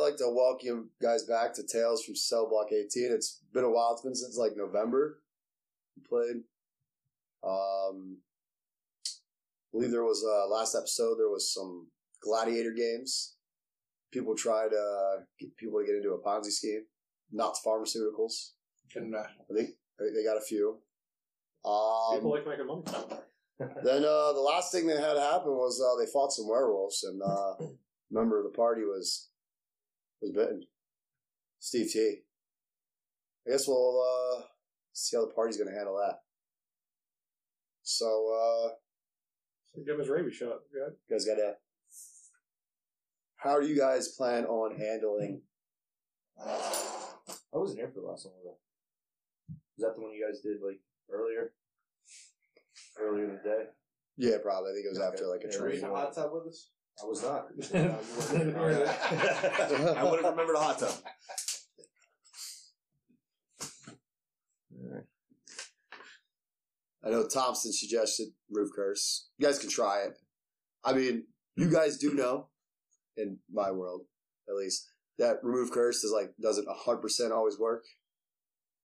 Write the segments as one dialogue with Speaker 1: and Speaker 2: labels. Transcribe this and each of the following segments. Speaker 1: like to welcome you guys back to Tales from Cell Block 18. It's been a while. It's been since like November. We played. Um, I believe there was uh, last episode. There was some gladiator games. People tried uh, get people to get into a Ponzi scheme. Not pharmaceuticals.
Speaker 2: Couldn't imagine.
Speaker 1: I think they they got a few. Um,
Speaker 3: People like making money.
Speaker 1: then uh, the last thing that had happened was uh, they fought some werewolves, and uh, a member of the party was was bitten. Steve T. I guess we'll uh, see how the party's going to handle that. So, uh,
Speaker 3: Give his rabies shot. Yeah.
Speaker 1: you guys got to. How do you guys plan on handling?
Speaker 4: I wasn't here for the last one. Was I? Is that the one you guys did like earlier? Earlier in the day.
Speaker 1: Yeah, probably. I think it was after like a
Speaker 4: Yeah,
Speaker 2: Were you
Speaker 1: training.
Speaker 2: in the hot tub with us?
Speaker 4: I was not.
Speaker 2: I would have remembered a hot tub.
Speaker 1: I know Thompson suggested Roof Curse. You guys can try it. I mean,
Speaker 4: Hmm.
Speaker 1: you guys do know, in my world at least, that Remove Curse is like doesn't hundred percent always work.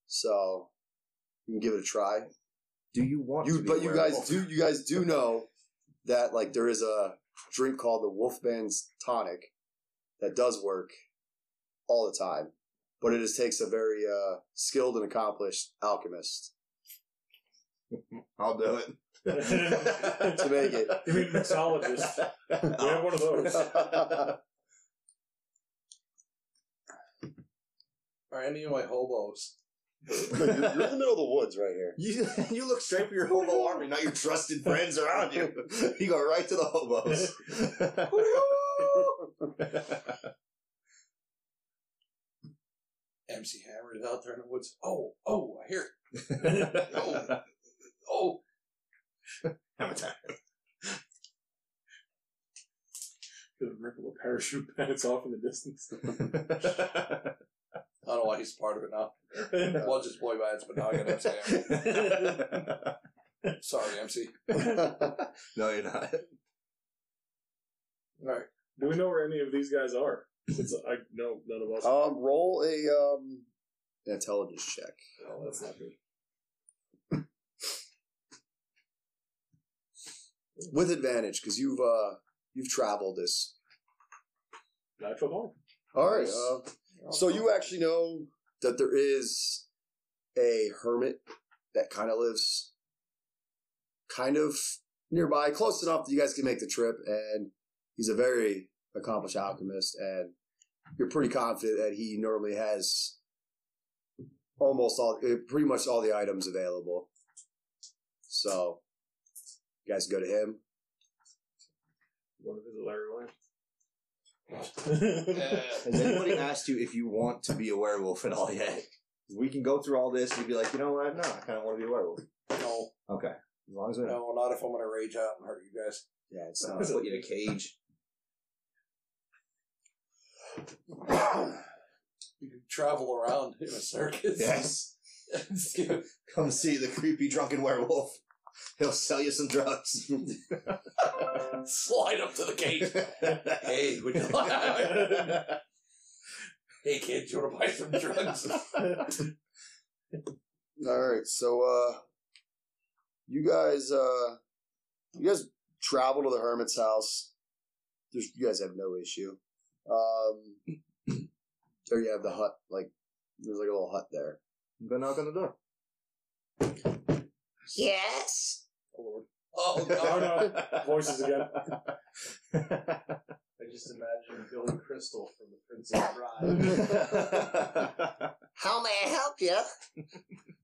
Speaker 1: So you can give it a try.
Speaker 4: Do you want?
Speaker 1: You
Speaker 4: to be
Speaker 1: but
Speaker 4: a
Speaker 1: you guys
Speaker 4: werewolf?
Speaker 1: do you guys do know that like there is a drink called the Wolfman's Tonic that does work all the time. But it just takes a very uh, skilled and accomplished alchemist
Speaker 2: I'll do it.
Speaker 1: to make it
Speaker 3: You mean mixologist? we have one of those.
Speaker 2: Are any of my hobos?
Speaker 1: Look, you're, you're in the middle of the woods right here.
Speaker 2: You you look straight for your hobo army, not your trusted friends around you. You go right to the hobos. MC Hammer is out there in the woods. Oh, oh, I hear it. oh, oh. Hammer time.
Speaker 3: Could ripple a parachute pants off in the distance.
Speaker 2: I don't know why he's part of it now. Loved his boy bands, but now I got MC Hammer. Sorry, MC.
Speaker 4: No, you're not.
Speaker 2: All right.
Speaker 3: Do we know where any of these guys are? Since I know none of us.
Speaker 1: um, roll a um, intelligence check.
Speaker 2: Oh, that's not good.
Speaker 1: with advantage because you've uh you've traveled this.
Speaker 3: Natural born.
Speaker 1: All right. Uh, so you actually know that there is a hermit that kind of lives kind of nearby, close enough that you guys can make the trip, and he's a very accomplished alchemist, and you're pretty confident that he normally has almost all, eh, pretty much all the items available. So you guys go to him.
Speaker 3: Want to visit Larry Williams?
Speaker 4: Has anybody asked you if you want to be a werewolf at all yet? We can go through all this and you'd be like, you know what? No, I kind of want to be a werewolf.
Speaker 2: No,
Speaker 4: Okay, as long as we don't
Speaker 2: no, not if I'm going to rage out and hurt you guys.
Speaker 1: Yeah, it's
Speaker 4: uh,
Speaker 1: not.
Speaker 4: put you in a cage.
Speaker 2: You can travel around in a circus.
Speaker 4: Yes.
Speaker 2: Excuse-
Speaker 4: Come see the creepy drunken werewolf. He'll sell you some drugs.
Speaker 2: Slide up to the gate. Hey, would you like? hey, kid, you want to buy some drugs?
Speaker 1: All right, so uh, you guys, uh, you guys travel to the hermit's house. There's, you guys have no issue. Um, there you have the hut. Like there's like a little hut there.
Speaker 4: Go knock on the door.
Speaker 5: Yes.
Speaker 3: oh,
Speaker 2: Oh
Speaker 3: Lord.
Speaker 2: God!
Speaker 3: Oh, no. Voices again.
Speaker 6: I just imagine Billy Crystal from The Princess Bride.
Speaker 5: How may I help you?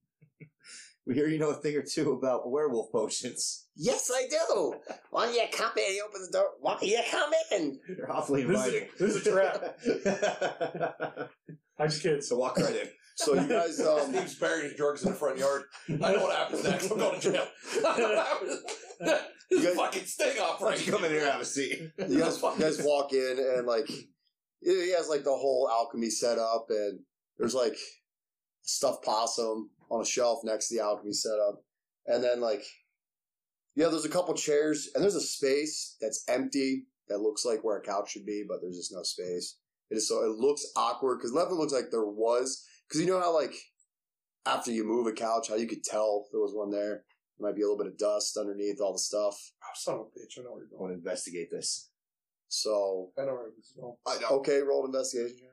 Speaker 4: we hear you know a thing or two about werewolf potions.
Speaker 5: Yes, I do. Why don't you come in? He opens the door. Why don't you come in?
Speaker 4: You're awfully
Speaker 3: This is,
Speaker 4: inviting.
Speaker 3: this is a trap. I just kidding.
Speaker 4: so walk right in.
Speaker 1: So you guys, um,
Speaker 2: Steve's burying his drugs in the front yard. I know what happens next. I'm going to jail. I know what happens. This
Speaker 1: You guys-
Speaker 2: fucking
Speaker 4: Why
Speaker 2: sting
Speaker 4: don't you
Speaker 2: operation.
Speaker 4: come in here and have a seat?
Speaker 1: you guys, you guys walk in and like he has like the whole alchemy set up, and there's like stuffed possum on a shelf next to the alchemy setup, and then like yeah, there's a couple chairs, and there's a space that's empty that looks like where a couch should be, but there's just no space. It is so it looks awkward because nothing looks like there was because you know how like after you move a couch, how you could tell there was one there. There might be a little bit of dust underneath all the stuff.
Speaker 2: Oh, son of a bitch. I know where you're
Speaker 4: I
Speaker 2: going.
Speaker 4: want to investigate this.
Speaker 1: So
Speaker 2: I know where this is going.
Speaker 1: I know. okay, roll an investigation. check.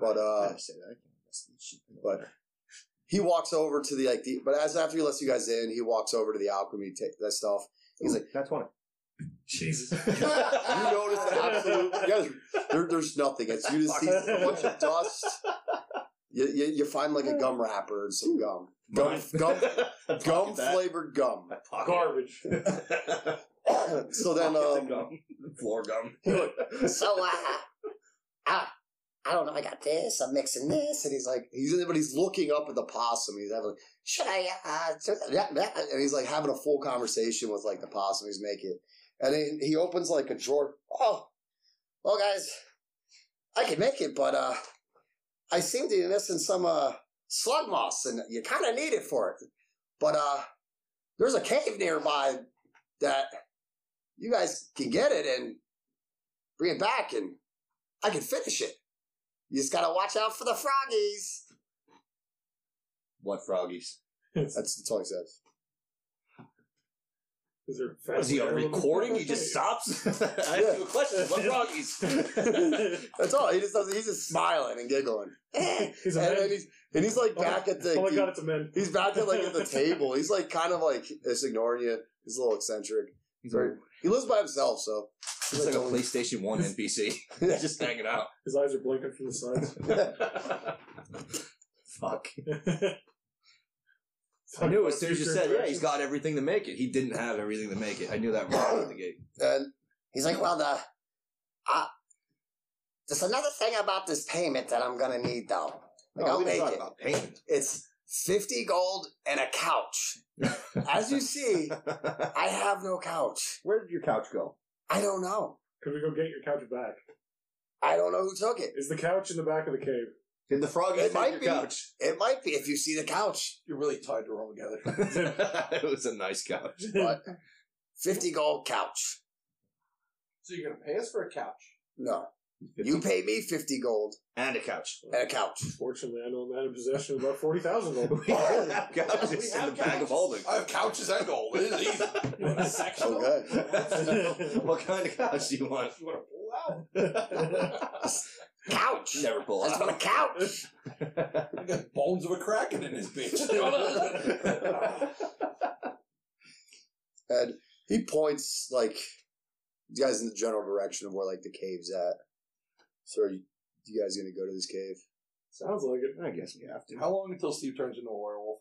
Speaker 1: But
Speaker 4: I
Speaker 1: uh,
Speaker 4: gotta say that. I can't investigate shit.
Speaker 1: but he walks over to the like the but as after he lets you guys in, he walks over to the alchemy ta- that stuff. He's like,
Speaker 4: that's one.
Speaker 3: Jesus.
Speaker 1: you notice absolute. Yeah, there, there's nothing. It's you just see a bunch of dust. You, you, you find like a gum wrapper and some gum, gum, gum, gum flavored gum.
Speaker 3: Garbage.
Speaker 1: So then, um,
Speaker 4: gum. floor gum.
Speaker 5: So uh, I, I don't know. I got this. I'm mixing this, and he's like,
Speaker 1: he's but he's looking up at the possum. He's having,
Speaker 5: "Should I?" Uh, do that?
Speaker 1: yeah, yeah, and he's like having a full conversation with like the possum. He's making, and then he opens like a drawer.
Speaker 5: Oh, well, guys, I can make it, but uh,
Speaker 1: I seem to be missing some uh, slug moss, and you kind of need it for it. But uh, there's a cave nearby that you guys can get it and bring it back, and I can finish it. You just gotta watch out for the froggies.
Speaker 4: What froggies?
Speaker 1: That's the toy says.
Speaker 3: Is there
Speaker 4: Was he on recording? He just stops. I asked you a question. What froggies?
Speaker 1: That's all. He just doesn't, he's just smiling and giggling, and,
Speaker 3: He's a
Speaker 1: and
Speaker 3: man.
Speaker 1: he's and he's like
Speaker 3: Oh,
Speaker 1: back at the
Speaker 3: Oh my god, it's a man.
Speaker 1: he's back at like at the table. He's like kind of like just ignoring you. He's a little eccentric.
Speaker 4: He's
Speaker 1: Very- He lives by himself, so
Speaker 4: He's like a PlayStation 1 NPC. He's just hanging out.
Speaker 3: His eyes are blinking from the sides.
Speaker 4: Fuck. I knew as soon as you
Speaker 3: Future
Speaker 4: said, yeah, he's
Speaker 3: interactions.
Speaker 4: got everything to make it. He didn't have everything to make it. I knew that right out of the gate.
Speaker 1: and
Speaker 5: he's like, "Well, the uh, there's another thing about this payment that I'm gonna need, though. Like,
Speaker 4: No,
Speaker 5: I'll
Speaker 4: we didn't
Speaker 5: make
Speaker 4: talk
Speaker 5: it.
Speaker 4: about pain.
Speaker 5: It's fifty gold and a couch. As you see, I have no couch.
Speaker 4: Where did your couch go?
Speaker 5: I don't know.
Speaker 3: Could we go get your couch back?
Speaker 5: I don't know who took it.
Speaker 3: Is the couch in the back of the cave?
Speaker 4: Did the
Speaker 1: It
Speaker 4: froggies take
Speaker 1: might
Speaker 4: your
Speaker 1: be.
Speaker 4: couch?
Speaker 1: it might be if you see the couch.
Speaker 2: You're really tied to all together.
Speaker 4: it was a nice couch.
Speaker 1: But
Speaker 5: Fifty gold couch.
Speaker 2: So you're gonna pay us for a couch?
Speaker 1: no, you pay me fifty gold
Speaker 4: And a couch.
Speaker 1: and a couch.
Speaker 3: Fortunately, I know a man in possession of about 40,000 gold.
Speaker 4: We have couches
Speaker 2: We
Speaker 4: in the bag
Speaker 2: have
Speaker 4: of
Speaker 2: couches.
Speaker 4: holding.
Speaker 2: I have couches and gold. It is easy. You want a sectional?
Speaker 1: Okay,
Speaker 4: what kind of couch do you want?
Speaker 2: You want to pull
Speaker 5: Couch.
Speaker 4: Never pull
Speaker 5: I just want a
Speaker 4: out.
Speaker 5: couch.
Speaker 2: out? I got bones of a kraken in this bitch.
Speaker 1: and he points like you guys in the general direction of where like the cave's at. So are you, you guys gonna go to this cave?
Speaker 3: Sounds like it.
Speaker 4: I guess we have to.
Speaker 2: How long until Steve turns into a werewolf?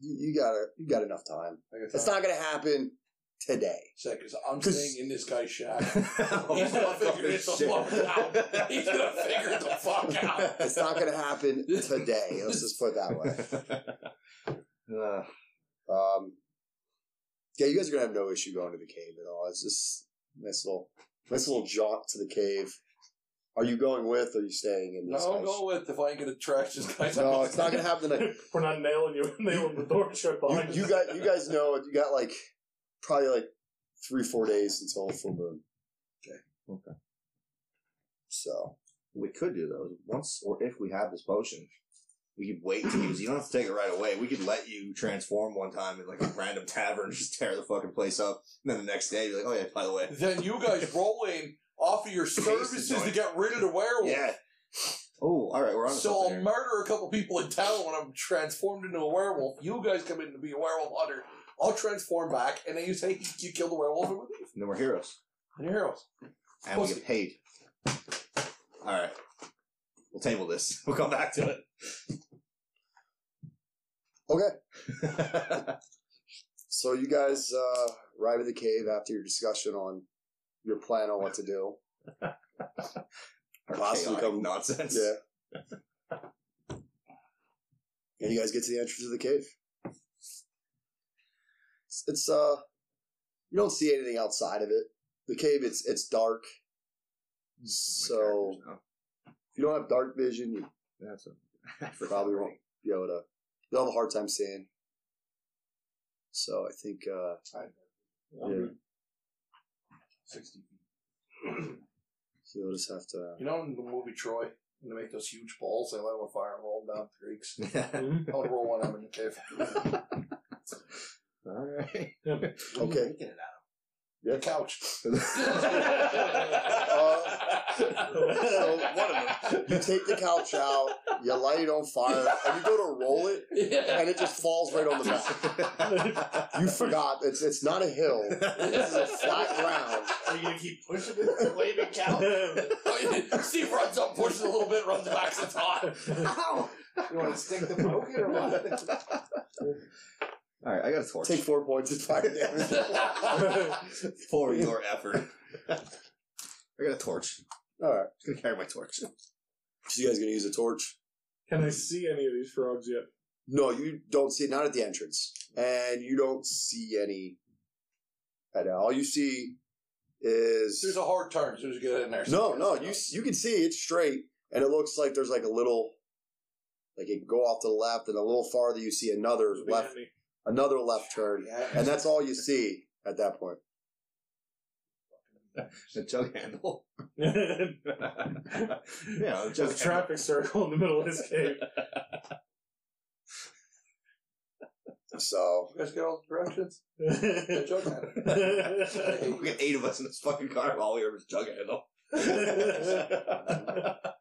Speaker 1: You, you got to you got enough time.
Speaker 2: I guess
Speaker 1: It's not gonna happen today.
Speaker 2: because I'm
Speaker 1: Cause-
Speaker 2: staying in this guy's shack.
Speaker 4: He's
Speaker 2: He's gonna figure it the
Speaker 4: Oh,
Speaker 2: fuck out. He's gonna figure it the fuck out.
Speaker 1: It's not gonna happen today. Let's just put it that way.
Speaker 4: Uh,
Speaker 1: Um, yeah, you guys are gonna have no issue going to the cave at all. It's just a nice little, nice little jaunt to the cave. Are you going with? Or are you staying in
Speaker 2: No,
Speaker 1: this?
Speaker 2: I'm
Speaker 1: house?
Speaker 2: going with if I ain't gonna trash this guy's
Speaker 1: No,
Speaker 2: house.
Speaker 1: it's not gonna happen tonight.
Speaker 3: We're not nailing you, nailing the door shut behind
Speaker 1: You, you
Speaker 3: us.
Speaker 1: got, you guys know you got like probably like three, four days until full moon.
Speaker 4: Okay.
Speaker 1: So
Speaker 4: we could do those once, or if we have this potion, we could wait to use. it. You don't have to take it right away. We could let you transform one time in like a random tavern, just tear the fucking place up, and then the next day, you're like, oh yeah, by the way,
Speaker 2: Then you guys roll in, offer your services to
Speaker 4: joint.
Speaker 2: get rid of the werewolf.
Speaker 4: yeah. Oh, all right, we're on.
Speaker 2: So I'll murder a couple people in town when I'm transformed into a werewolf. You guys come in to be a werewolf hunter. I'll transform back, and then you say you killed the werewolf and we leave.
Speaker 4: then we're heroes,
Speaker 2: And you're heroes.
Speaker 4: and we get paid. All right, we'll table this. We'll come back to
Speaker 1: okay,
Speaker 4: it.
Speaker 1: so you guys uh, arrive at the cave after your discussion on your plan on what to do.
Speaker 4: Our
Speaker 1: Possibly
Speaker 4: chaotic
Speaker 1: come-
Speaker 4: nonsense.
Speaker 1: Yeah. and you guys get to the entrance of the cave. It's, it's uh, you don't see anything outside of it. The cave, it's it's dark.
Speaker 4: Oh
Speaker 1: So if you don't have dark vision, you
Speaker 4: that's
Speaker 1: forgot Probably won't. already. be able to. You'll have a hard time seeing. So I think uh,
Speaker 3: Um,
Speaker 4: So we'll just have to.
Speaker 2: You know, in the movie Troy, when they make those huge balls, they light them on fire and roll them down the creeks. I want to roll one of them in the cave.
Speaker 4: All right.
Speaker 1: Okay.
Speaker 6: Making it out
Speaker 2: The couch.
Speaker 1: Uh, so one of them. You take the couch out, you light it on fire, and you go to roll it, and it just falls right on the back. You forgot it's it's not a hill; it's a flat ground.
Speaker 6: Are you gonna keep pushing it, waving cow?
Speaker 2: Steve runs up, pushes a little bit, runs back to the top.
Speaker 6: Ow! You want to stick the poke in or what?
Speaker 4: All right, I got a torch.
Speaker 1: Take four points of fire damage.
Speaker 4: for your effort. I got a torch.
Speaker 1: All right.
Speaker 4: I'm gonna carry my torch.
Speaker 1: So you guys gonna use a torch?
Speaker 3: Can I see any of these frogs yet?
Speaker 1: No, you don't see it. Not at the entrance, and you don't see any at all. All you see is
Speaker 2: There's a hard turn as soon as you get in there.
Speaker 1: No, no, you you can see it's straight, and it looks like there's like a little, like it go off to the left, and a little farther you see another
Speaker 3: They're
Speaker 1: left,
Speaker 3: behind me.
Speaker 1: another left turn,
Speaker 2: Yeah.
Speaker 1: and that's all you see at that point.
Speaker 4: A jug handle. yeah, a
Speaker 3: Just
Speaker 4: jug
Speaker 3: a traffic circle in the middle of this cave.
Speaker 1: So
Speaker 2: You guys get all the directions? The
Speaker 3: That's
Speaker 2: joke had it.
Speaker 4: handle. We got eight of us in this fucking car. All we have is jug handle.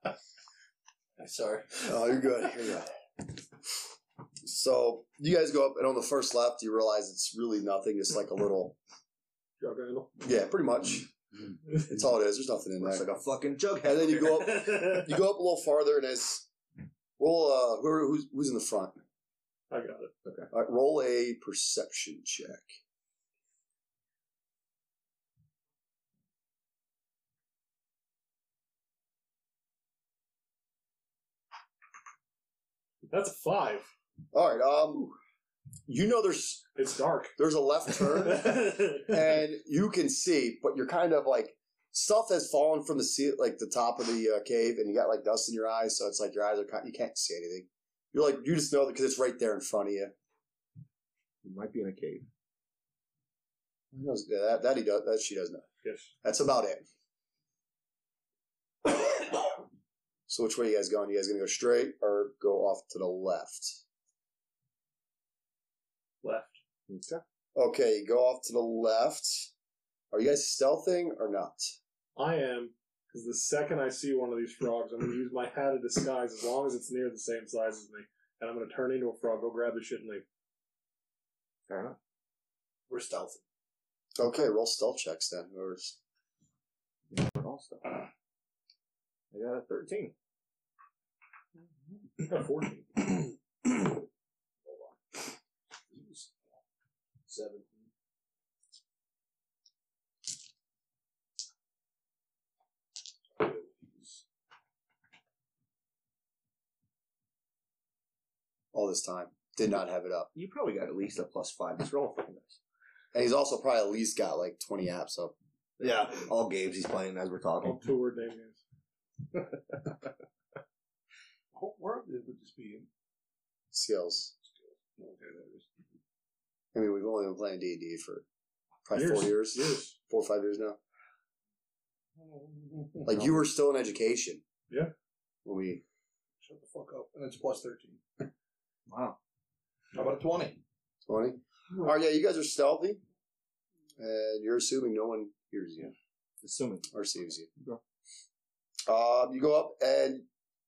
Speaker 2: I'm Sorry.
Speaker 1: Oh, you're good. You're good. So you guys go up, and on the first left, you realize it's really nothing. It's like a little,
Speaker 3: Jug handle.
Speaker 1: yeah, pretty much. It's all it is. There's nothing in
Speaker 4: Looks
Speaker 1: there.
Speaker 4: like a fucking jug
Speaker 1: And
Speaker 4: handle.
Speaker 1: then you go up, you go up a little farther, and as roll, uh, who, who's who's in the front?
Speaker 3: I got it.
Speaker 1: All right, roll a perception check.
Speaker 3: That's a five.
Speaker 1: All right. Um, you know there's
Speaker 3: It's dark.
Speaker 1: there's a left turn, and you can see, but you're kind of like stuff has fallen from the sea, like the top of the uh, cave, and you got like dust in your eyes, so it's like your eyes are kind. You can't see anything. You're like you just know because it's right there in front of you.
Speaker 4: It might be in a cave.
Speaker 1: He knows- yeah, That, that he does. That she does know.
Speaker 3: Yes.
Speaker 1: That's about it. so which way you guys going? You guys gonna go straight or go off to the left?
Speaker 3: Left.
Speaker 4: Okay.
Speaker 1: Okay, you go off to the left. Are you guys stealthing or not?
Speaker 3: I am, because the second I see one of these frogs, I'm going to use my hat of disguise as long as it's near the same size as me. And I'm going to turn into a frog, go grab the shit and leave.
Speaker 4: Fair enough.
Speaker 2: We're stealthy.
Speaker 1: Okay, roll stealth checks then. Whoever's
Speaker 4: Yeah, we're all stuck. I got a thirteen.
Speaker 3: I got 14.
Speaker 6: Seven.
Speaker 1: all this time did not have it up,
Speaker 4: You probably got at least a plus five. Just roll fucking dice.
Speaker 1: and he's also probably at least got like twenty apps up.
Speaker 4: Yeah, all games he's playing as we're talking.
Speaker 3: All two word name names.
Speaker 2: What world it would this be in?
Speaker 1: Skills.
Speaker 2: Okay, there it is.
Speaker 1: I mean, we've only been playing D and D for probably four years,
Speaker 3: Years.
Speaker 1: four or five years now. Like you were still in education.
Speaker 3: Yeah.
Speaker 1: When we
Speaker 2: Shut the fuck up. And it's plus 13.
Speaker 4: Wow.
Speaker 2: How about a 20?
Speaker 1: twenty. All right, yeah, you guys are stealthy, and you're assuming no one hears you.
Speaker 4: Assuming.
Speaker 1: or saves you. Um, you go up and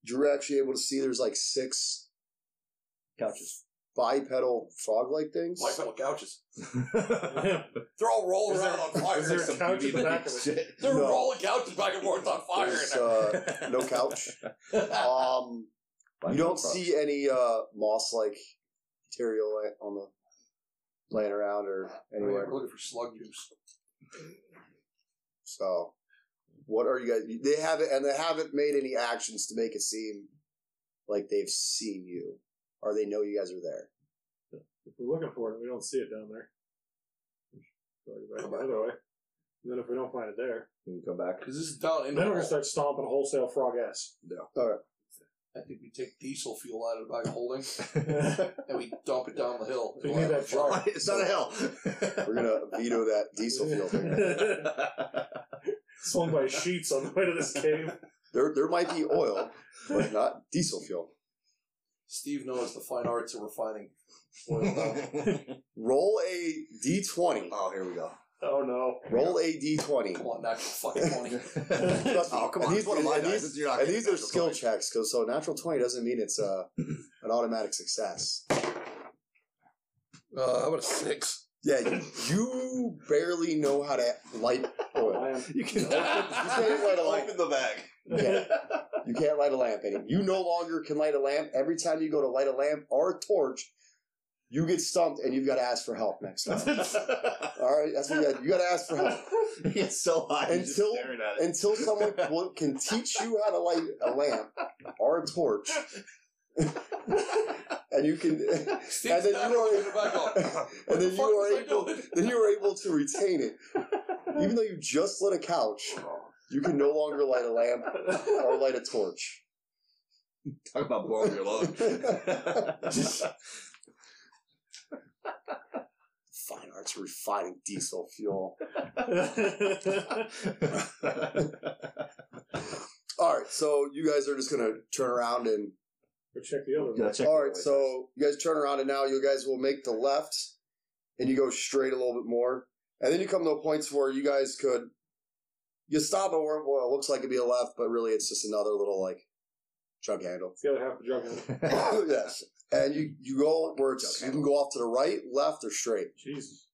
Speaker 1: you're actually able to see there's like six
Speaker 4: Couches.
Speaker 1: bipedal frog-like things.
Speaker 2: Like little couches.
Speaker 4: Is
Speaker 2: They're all rolling
Speaker 3: Is there-
Speaker 2: around on fire.
Speaker 3: is there
Speaker 2: There's
Speaker 3: a
Speaker 2: some-
Speaker 3: couch at the back of it?
Speaker 4: Shit.
Speaker 2: They're
Speaker 1: No.
Speaker 2: rolling couches back and forth on fire in
Speaker 1: There's,
Speaker 2: there.
Speaker 1: uh, no couch. Um, you don't see any uh, moss-like material la- on the laying around or anywhere.
Speaker 2: We're looking for slug juice.
Speaker 1: So, what are you guys? They haven't and they haven't made any actions to make it seem like they've seen you or they know you guys are there.
Speaker 3: If we're looking for it, we don't see it down there. Go back the other way. And then if we don't find it there,
Speaker 4: Can we come back?
Speaker 2: Because this is down in
Speaker 3: then we're going to
Speaker 2: hole.
Speaker 3: start stomping wholesale frog ass.
Speaker 1: All right.
Speaker 2: I think we take diesel fuel out of the bag of holding and we dump it down the hill.
Speaker 3: We need that jar.
Speaker 4: it's not a hell.
Speaker 1: We're gonna veto that diesel fuel thing.
Speaker 3: swung by sheets on the way to this cave.
Speaker 1: There, there might be oil, but not diesel fuel.
Speaker 2: Steve knows the fine arts of refining.
Speaker 1: Roll a d20.
Speaker 4: oh, here we go.
Speaker 3: Oh no.
Speaker 1: Roll a d20.
Speaker 2: Come on, natural fucking money.
Speaker 1: Trust me.
Speaker 4: oh, come
Speaker 1: And
Speaker 4: on.
Speaker 1: these-
Speaker 4: He's one of my
Speaker 1: and
Speaker 4: guys.
Speaker 1: these-
Speaker 4: You're not
Speaker 1: And
Speaker 4: getting
Speaker 1: these are
Speaker 4: natural
Speaker 1: skill
Speaker 4: points.
Speaker 1: checks, because so natural 20 doesn't mean it's uh, an automatic success.
Speaker 2: Uh, how about a six?
Speaker 1: Yeah, you, you barely know how to light oil.
Speaker 3: I am
Speaker 4: You can
Speaker 1: can't light a light.
Speaker 4: open the bag.
Speaker 1: You can't, you can't light a lamp anymore. You no longer can light a lamp. Every time you go to light a lamp or a torch, you get stumped and you've got to ask for help next time. All right, that's what you got. You got to ask for help
Speaker 4: it's so high. Until, just
Speaker 1: Until-
Speaker 4: staring at it.
Speaker 1: until someone will, can teach you how to light a lamp or a torch, and you can,
Speaker 2: Steve's
Speaker 1: then
Speaker 2: not
Speaker 1: you are-
Speaker 2: putting it back on. What
Speaker 1: and
Speaker 2: the
Speaker 1: then you
Speaker 2: fuck was
Speaker 1: are
Speaker 2: I
Speaker 1: able,
Speaker 2: doing?
Speaker 1: then you are able to retain it, even though you just lit a couch. You can no longer light a lamp or light a torch.
Speaker 4: Talk about blowing your load.
Speaker 1: Fine arts refining diesel fuel. All right, so you guys are just gonna turn around and.
Speaker 3: Go check the other
Speaker 4: Yeah,
Speaker 3: one.
Speaker 4: check
Speaker 1: All
Speaker 4: the
Speaker 1: right,
Speaker 4: way.
Speaker 1: so you guys turn around and now you guys will make the left, and you go straight a little bit more, and then you come to a point where you guys could. You stop at where well, it looks like it'd be a left, but really it's just another little like jug handle.
Speaker 3: It's the other half of the juggernaut.
Speaker 1: yes, and you you go where it's you can go off to the right, left, or straight.
Speaker 3: Jesus.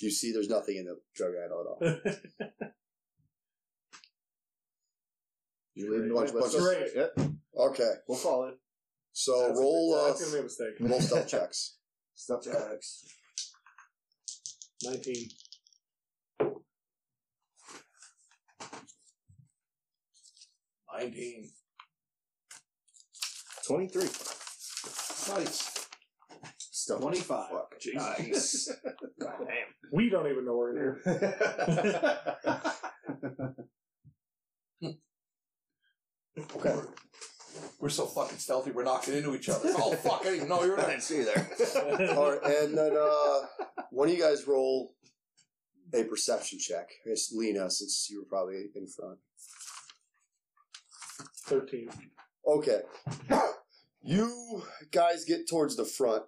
Speaker 1: You see, there's nothing in the jug handle at all. You leave a bunch, bunch of,
Speaker 3: Straight.
Speaker 4: Yep,
Speaker 1: okay,
Speaker 4: we'll follow it.
Speaker 1: so
Speaker 3: That's a-
Speaker 1: roll uh,
Speaker 3: That's gonna be a mistake.
Speaker 1: roll stealth checks.
Speaker 4: Stuff checks.
Speaker 3: Nineteen.
Speaker 2: Nineteen.
Speaker 4: 23.
Speaker 2: Nice.
Speaker 4: Stuff
Speaker 6: 25.
Speaker 4: Fuck.
Speaker 2: Jesus.
Speaker 4: God
Speaker 3: We don't even know we're in here.
Speaker 4: damn.
Speaker 1: Okay,
Speaker 2: We're so fucking stealthy. We're knocking into each other. Oh fuck! I didn't even know you were
Speaker 4: I
Speaker 2: there.
Speaker 4: didn't see you there.
Speaker 1: all right, and then uh, one of you guys roll a perception check. It's Lena, since you were probably in front.
Speaker 3: Thirteen.
Speaker 1: Okay. You guys get towards the front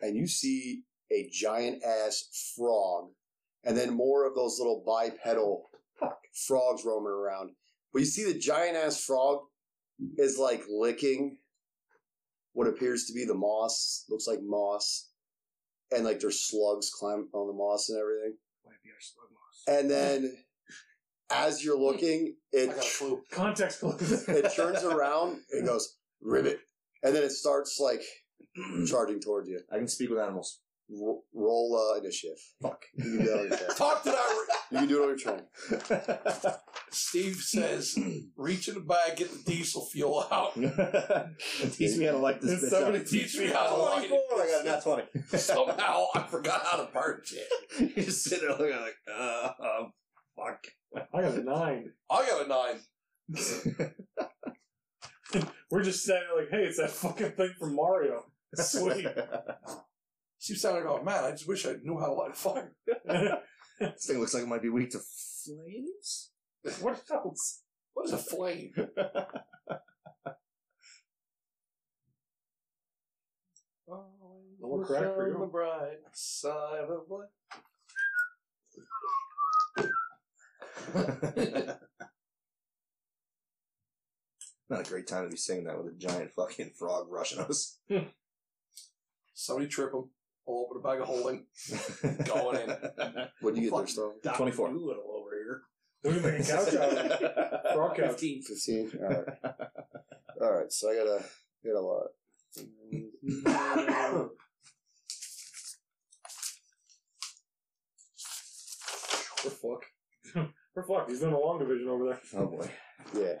Speaker 1: and you see a giant ass frog and then more of those little bipedal frogs roaming around. But you see the giant ass frog is like licking what appears to be the moss, looks like moss. And like there's slugs climbing on the moss and everything. And then as you're looking,
Speaker 2: I
Speaker 1: it
Speaker 2: got a flu.
Speaker 3: Context clues.
Speaker 1: it turns around and goes ribbit, and then it starts like charging towards you.
Speaker 4: I can speak with animals.
Speaker 1: R- roll uh, initiative.
Speaker 4: Fuck.
Speaker 1: You can do it on your turn.
Speaker 2: Talk to that.
Speaker 1: You can do it on your turn.
Speaker 2: Steve says, "Reach in the bag, get the diesel fuel out."
Speaker 4: Teach me how to like this
Speaker 3: Did
Speaker 4: bitch
Speaker 3: somebody
Speaker 4: up.
Speaker 2: teach me how to like it?
Speaker 4: 24, I got not 20.
Speaker 2: Somehow I forgot how to burn shit.
Speaker 4: You're just sitting there looking like, uh, um, fuck.
Speaker 3: I got a nine.
Speaker 2: I got a nine.
Speaker 3: We're just standing there like, hey, it's that fucking thing from Mario. Sweet.
Speaker 2: Steve sounded going, man, I just wish I knew how to light a fire.
Speaker 4: This thing looks like it might be weak to flames.
Speaker 3: what else?
Speaker 2: What is a flame?
Speaker 3: more crack for you.
Speaker 2: On the bright side of life.
Speaker 4: Not a great time to be singing that with a giant fucking frog rushing us.
Speaker 2: Somebody trip him. I'll open a bag of holding. Going in.
Speaker 1: What do you get there, Stone?
Speaker 4: 24.
Speaker 6: Doolittle over here.
Speaker 3: We're gonna make a couch out of it. Frog couch.
Speaker 6: 15.
Speaker 1: Fifteen. All right. All right. So I gotta uh, get a lot.
Speaker 3: We're fucked. We're fucked. He's doing a long division over there.
Speaker 4: oh boy.
Speaker 1: Yeah.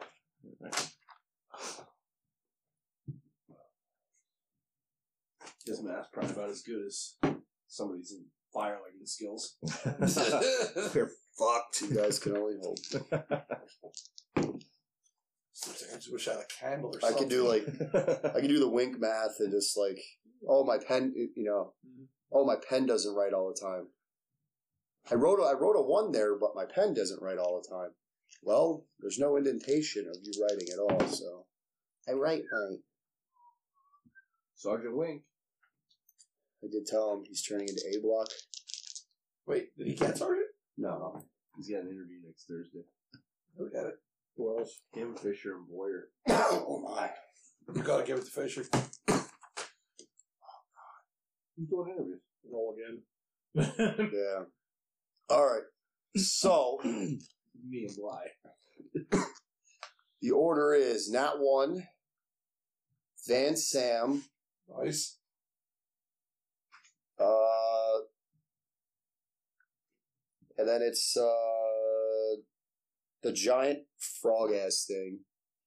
Speaker 6: His math's probably about as good as somebody's in fire lighting skills.
Speaker 4: We're fucked.
Speaker 1: You guys can only hold.
Speaker 2: I just wish I had a candle or
Speaker 1: I can
Speaker 2: something.
Speaker 1: do like I can do the wink math and just like oh my pen. You know, Oh, my pen doesn't write all the time. I wrote a, I wrote a one there, but my pen doesn't write all the time. Well, there's no indentation of you writing at all, so
Speaker 5: I write right.
Speaker 6: Sergeant Wink.
Speaker 1: I did tell him he's turning into A block.
Speaker 2: Wait, did he get started?
Speaker 6: No, he's got an interview next Thursday.
Speaker 2: Look at it.
Speaker 3: Well,
Speaker 6: Him, Fisher, and Boyer.
Speaker 2: oh my! You gotta give it to Fisher.
Speaker 6: He's doing interviews.
Speaker 3: roll again.
Speaker 1: Yeah. All right. So
Speaker 6: Me and Bly.
Speaker 1: the order is not one, then Sam,
Speaker 2: Nice.
Speaker 1: uh, and then it's uh, the giant frog ass thing,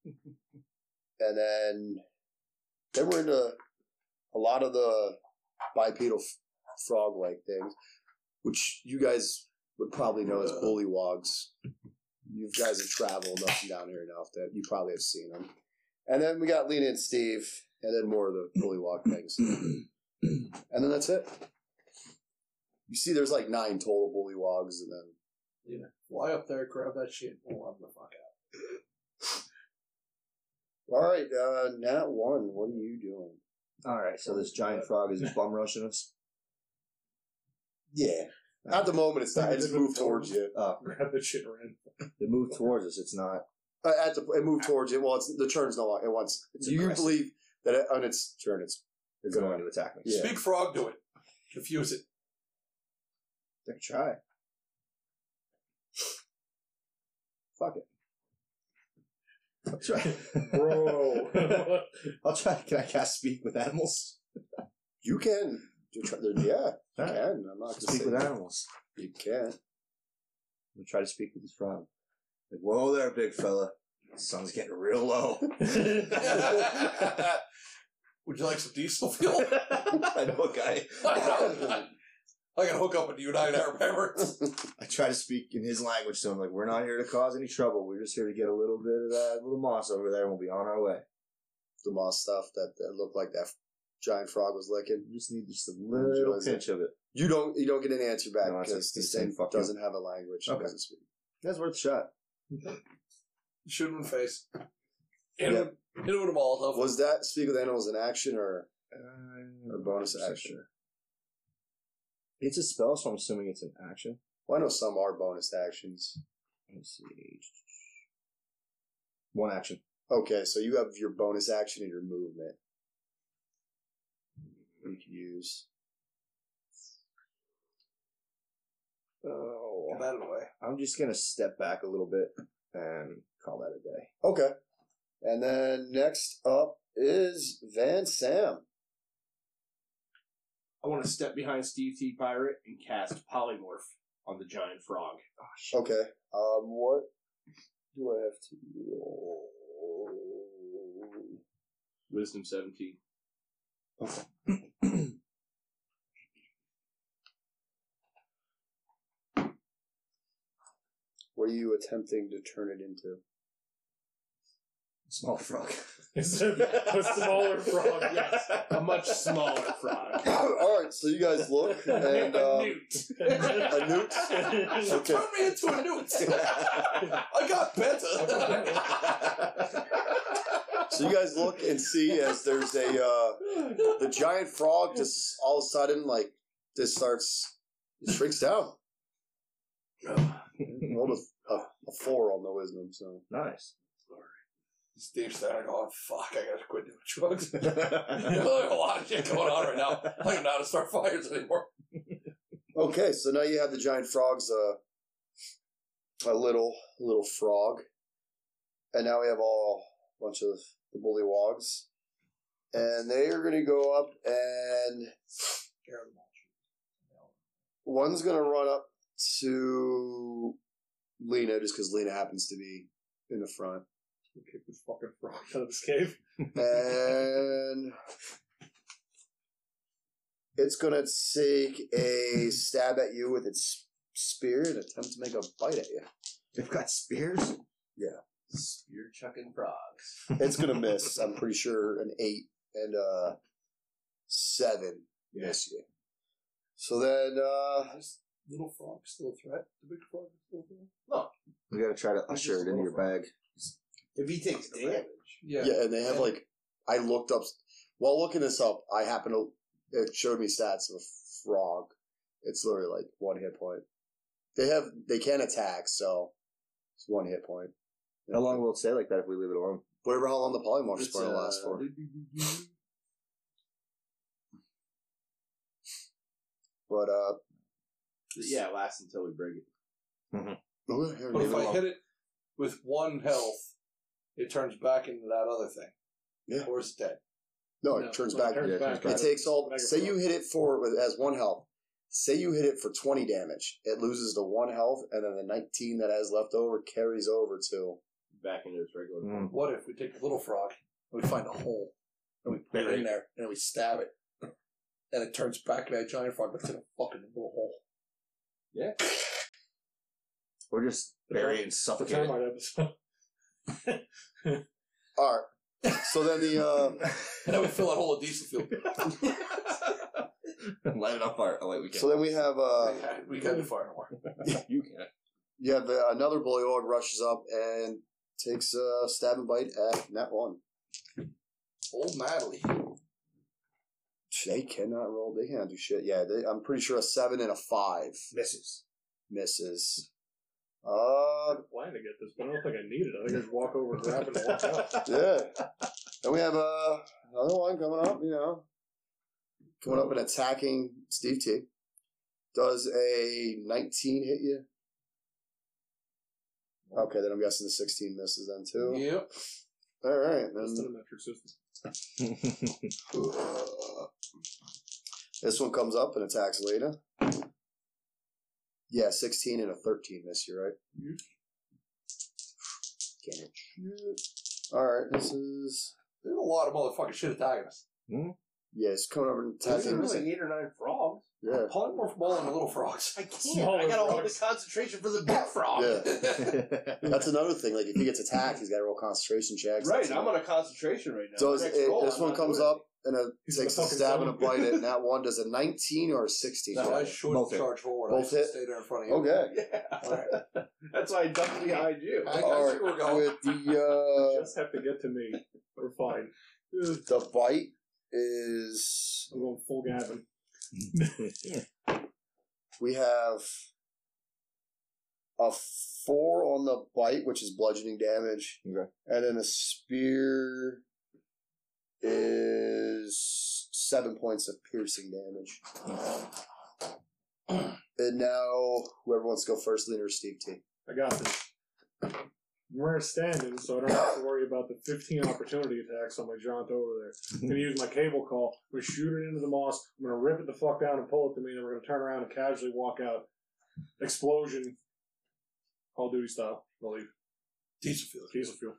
Speaker 1: and then then we're into a lot of the bipedal frog like things, which you guys would probably know as bullywogs. You guys have traveled up and down here enough that you probably have seen them. And then we got Lena and Steve, and then more of the bullywog things. And then that's it. You see, there's like nine total bullywogs, and then
Speaker 2: Fly up there, grab that shit, and pull the fuck out.
Speaker 1: all right, uh, Nat one. What are you doing?
Speaker 4: All right, so this giant frog is bum rushing us.
Speaker 1: Yeah, at the moment it's not. It's moved towards you.
Speaker 4: Uh,
Speaker 3: Grab the shit around.
Speaker 4: it moved towards us. It's not.
Speaker 1: Uh, at the it moved towards you. Well, it's the turn's no longer. It wants.
Speaker 4: It's
Speaker 1: you
Speaker 4: aggressive.
Speaker 1: believe that it, on its turn, it's
Speaker 4: It's going to attack me.
Speaker 1: Yeah.
Speaker 2: Speak frog, do it. Confuse it.
Speaker 4: They try. Fuck it. I'll try.
Speaker 3: Bro.
Speaker 4: I'll try. Can I cast speak with animals?
Speaker 1: you can. You're try- there- yeah, you
Speaker 4: Alright.
Speaker 1: can. I'm not gonna
Speaker 4: Speak
Speaker 1: say
Speaker 4: with animals.
Speaker 1: You can't.
Speaker 4: I'm gonna try to speak with this frog. Like, whoa there, big fella. Sun's getting real low.
Speaker 2: Would you like some diesel fuel?
Speaker 4: I know a guy.
Speaker 2: I can hook up with the United Arab Emirates.
Speaker 4: I try to speak in his language to him. Like, we're not here to cause any trouble. We're just here to get a little bit of that little moss over there, and we'll be on our way.
Speaker 1: The moss stuff that, that looked like that giant frog was licking.
Speaker 4: We just need just a little
Speaker 1: Enjoys it.
Speaker 4: pinch of it.
Speaker 1: You don't. You don't get an answer back
Speaker 4: No, it's
Speaker 1: because this
Speaker 4: like, they say
Speaker 1: thing
Speaker 4: fuck you.
Speaker 1: doesn't have a language. It
Speaker 4: Okay.
Speaker 1: doesn't speak.
Speaker 4: That's worth a shot.
Speaker 2: Shoot him in the face. Hit him. Hit him with a Molotov.
Speaker 1: Was that speak with animals in action or
Speaker 4: Uh,
Speaker 1: or bonus action?
Speaker 4: It's a spell, so I'm assuming it's an action.
Speaker 1: Well, I know some are bonus actions.
Speaker 4: Let me see. One action.
Speaker 1: Okay, so you have your bonus action and your movement. You can use.
Speaker 4: Oh,
Speaker 2: Get that away.
Speaker 4: I'm just gonna step back a little bit and call that a day.
Speaker 1: Okay. And then next up is Van Sam.
Speaker 6: I want to step behind Steve T. Pirate and cast Polymorph on the giant frog.
Speaker 1: Okay. Um, what do I have to roll?
Speaker 6: Wisdom 17.
Speaker 1: What are you attempting to turn it into?
Speaker 4: Small frog.
Speaker 3: It's a, a smaller frog, yes.
Speaker 6: A much smaller frog.
Speaker 1: All right, so you guys look and
Speaker 6: a
Speaker 1: um,
Speaker 6: newt.
Speaker 1: a newt. Okay.
Speaker 2: Turn me into a newt. I got better.
Speaker 1: So you guys look and see as there's a uh, the giant frog just all of a sudden like just starts it shrinks down. Rolled a, a, a four on the wisdom, so
Speaker 4: nice.
Speaker 2: Steve started going, fuck, I gotta quit doing drugs. There's a lot of shit going on right now. I don't know how to start fires anymore.
Speaker 1: okay. So now you have the giant frogs, uh, a little little frog, and now we have all a bunch of the bullywogs, and they are going to go up and one's gonna run up to Lena just because Lena happens to be in the front,
Speaker 3: Kick this fucking frog out of this cave.
Speaker 1: and it's gonna take a stab at you with its spear and attempt to make a bite at you.
Speaker 4: They've got spears.
Speaker 6: Spear chucking frogs.
Speaker 1: It's gonna miss. I'm pretty sure an eight and uh seven miss you. So then, uh,
Speaker 2: Is little frog still a threat? The big frog is still a threat?
Speaker 4: You gotta try to usher it into your bag.
Speaker 6: If he takes damage,
Speaker 2: Yeah.
Speaker 1: yeah, and they have like, I looked up, while looking this up, I happened to, it showed me stats of a frog. It's literally like one hit point. They have, they can attack, so it's one hit point.
Speaker 4: How long will it stay like that if we leave it alone?
Speaker 1: Whatever how long the polymorph
Speaker 6: it's,
Speaker 1: spell
Speaker 6: uh,
Speaker 1: lasts for. But, uh,
Speaker 6: yeah, it lasts until we break it.
Speaker 1: oh, here
Speaker 2: But
Speaker 1: we
Speaker 2: if I
Speaker 1: go.
Speaker 2: hit it with one health, it turns back into that other thing.
Speaker 1: Yeah.
Speaker 2: Or it's dead.
Speaker 1: no, Oh, it
Speaker 3: No,
Speaker 1: turns
Speaker 3: it
Speaker 1: back.
Speaker 3: turns
Speaker 4: Yeah, it turns
Speaker 3: back.
Speaker 4: back.
Speaker 1: It takes all.
Speaker 3: Mega
Speaker 1: Say you
Speaker 3: frog.
Speaker 1: hit it for with as one health. Say you hit it for twenty damage. It loses the one health, and then the nineteen that has left over carries over to.
Speaker 6: Back into its regular.
Speaker 4: Mm.
Speaker 2: What if we take the little frog and we find a hole and we put it in there and we stab it and it turns back into a giant frog that's in a fucking little hole?
Speaker 4: Or just bury it and
Speaker 3: The
Speaker 4: suffocate it.
Speaker 3: termite episode.
Speaker 1: All right. So then the uh,
Speaker 2: And then we fill that hole with diesel fuel.
Speaker 4: Light it on fire. Oh, wait, we can't.
Speaker 1: so then we have uh,
Speaker 2: Yeah, we got the fire anymore.
Speaker 4: you can't.
Speaker 1: you have uh, another bully org rushes up and takes a stab and bite at net one.
Speaker 2: Old Natalie.
Speaker 1: They cannot roll. They can't do shit. Yeah, they, I'm pretty sure a seven and a five
Speaker 6: Misses.
Speaker 1: misses. Uh,
Speaker 3: I'm planning to get this, but I don't think I need it. I think I just walk over, grab it, and walk out.
Speaker 1: yeah. And we have uh, another one coming up, you know. Coming up and attacking Steve T. Does a 19 hit you? Okay, then I'm guessing the 16 misses then too.
Speaker 2: Yep.
Speaker 1: All right.
Speaker 3: That's
Speaker 1: Then,
Speaker 3: the metric system.
Speaker 1: this one comes up and attacks Leda. Yeah, 16 and a 13 miss you, right?
Speaker 6: Mm-hmm.
Speaker 1: Can't hit shit. All right, this is.
Speaker 2: There's a lot of motherfucking shit attacking us.
Speaker 1: Yeah, it's coming over and
Speaker 6: Doesn't
Speaker 1: attacking.
Speaker 6: really need or nine frogs.
Speaker 1: Yeah.
Speaker 2: Polymorph ball and the little frogs.
Speaker 6: I can't.
Speaker 3: Smaller
Speaker 6: I got to hold
Speaker 3: frogs.
Speaker 6: the concentration for the big frog.
Speaker 1: Yeah. That's another thing. Like if he gets attacked, he's got to roll concentration checks.
Speaker 6: Right,
Speaker 1: That's
Speaker 6: I'm
Speaker 1: another-
Speaker 6: on a concentration right now.
Speaker 1: Does
Speaker 6: Next
Speaker 1: it,
Speaker 6: roll,
Speaker 1: this
Speaker 6: I'm
Speaker 1: one
Speaker 6: not
Speaker 1: comes
Speaker 6: doing
Speaker 1: up and it
Speaker 3: He's
Speaker 1: takes a
Speaker 3: gonna fucking
Speaker 1: stab and a
Speaker 3: zone.
Speaker 1: bite it, and that one does a 19 or a 16.
Speaker 2: So I
Speaker 1: Okay.
Speaker 2: shouldn't
Speaker 4: Both hit.
Speaker 2: charge forward. I
Speaker 1: Both
Speaker 2: should
Speaker 1: hit.
Speaker 2: stay there in front of you.
Speaker 1: All
Speaker 6: it. Yeah. That's why I ducked behind you.
Speaker 2: I, I see where we're
Speaker 1: right.
Speaker 2: going.
Speaker 1: With the
Speaker 3: Just have to get to me. We're fine.
Speaker 1: uh, the bite is
Speaker 3: I'm going full Gavin.
Speaker 1: we have a four on the bite, which is bludgeoning damage.
Speaker 4: Okay.
Speaker 1: And then the spear is seven points of piercing damage. And now whoever wants to go first, Leader Steve T.
Speaker 3: I got this. We're standing, so I don't have to worry about the 15 opportunity attacks on my jaunt over there. I'm going to use my cable call. I'm going to shoot it into the moss. I'm going to rip it the fuck down and pull it to me, and then we're going to turn around and casually walk out. Explosion. Call of Duty style. I'll leave.
Speaker 2: Diesel fuel.
Speaker 3: Diesel fuel.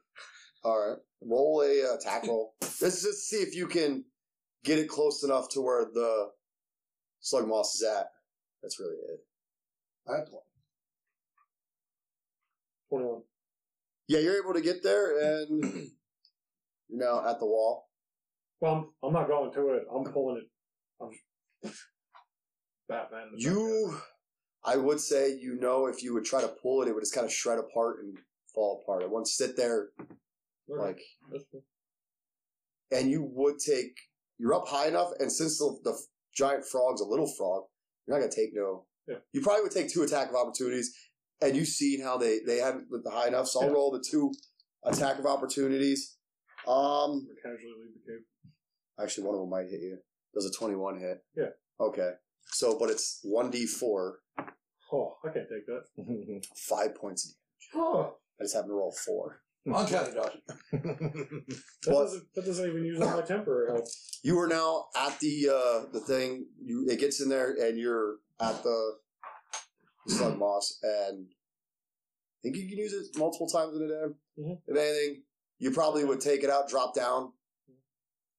Speaker 1: All right, roll a uh, attack roll. Let's just see if you can get it close enough to where the slug moss is at. That's really it.
Speaker 2: That's one.
Speaker 3: 21.
Speaker 1: Yeah, you're able to get there, and you're now at the wall.
Speaker 3: Well, I'm, I'm not going to it. I'm pulling it. I'm Batman. in the
Speaker 1: You, I would say, you know, if you would try to pull it, it would just kind of shred apart and fall apart. It won't sit there
Speaker 3: background.
Speaker 1: like,
Speaker 3: That's cool.
Speaker 1: and you would take. You're up high enough, and since the, the giant frog's a little frog, you're not gonna take no.
Speaker 3: Yeah.
Speaker 1: You probably would take two attack of opportunities, and you've seen how they they have it with the high enough. So I'll
Speaker 3: Yeah.
Speaker 1: roll the two attack of opportunities. Um,
Speaker 3: We're casually leave the cave.
Speaker 1: Actually, one of them might hit you. Does a 21 hit?
Speaker 3: Yeah.
Speaker 1: Okay. So, but it's 1d4,
Speaker 3: Oh, I can't take that.
Speaker 1: five points. of-
Speaker 3: Oh,
Speaker 1: I just happen to roll four.
Speaker 2: Uncounted dodge.
Speaker 3: that,
Speaker 1: Well-
Speaker 3: doesn't, that doesn't even use all my temporary help.
Speaker 1: You are now at the uh, the thing. You it gets in there, and you're at the slug moss, and I think you can use it multiple times in a day.
Speaker 3: Mhm.
Speaker 1: If anything, you probably would take it out, drop down.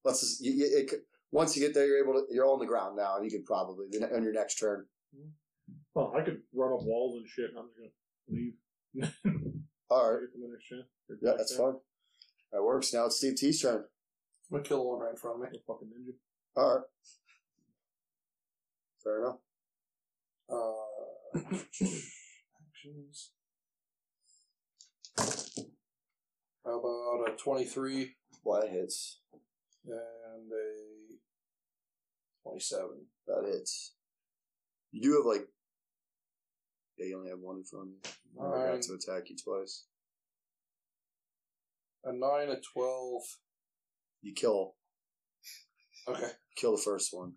Speaker 1: Let's just you, you, it, c- once you get there, you're able to. You're on the ground now, and you could probably on your next turn.
Speaker 3: Well, I could run up walls and shit, and I'm just gonna leave.
Speaker 1: All right,
Speaker 3: Get to my next chance. Or
Speaker 1: yeah,
Speaker 3: back
Speaker 1: that's
Speaker 3: down.
Speaker 1: fine. That works. Now it's Steve T's turn.
Speaker 2: I'm going to kill the one right in front of me.
Speaker 3: I'm a fucking ninja.
Speaker 1: All right. Fair enough.
Speaker 2: Uh, actions. How about a 23
Speaker 1: Well, that hits.
Speaker 2: and a 27?
Speaker 1: That hits. You do have like. Yeah, you only have one in front of you. I
Speaker 2: Alright.
Speaker 1: got to attack you twice.
Speaker 2: A 9, a 12.
Speaker 1: You kill
Speaker 2: Okay.
Speaker 1: kill the first one.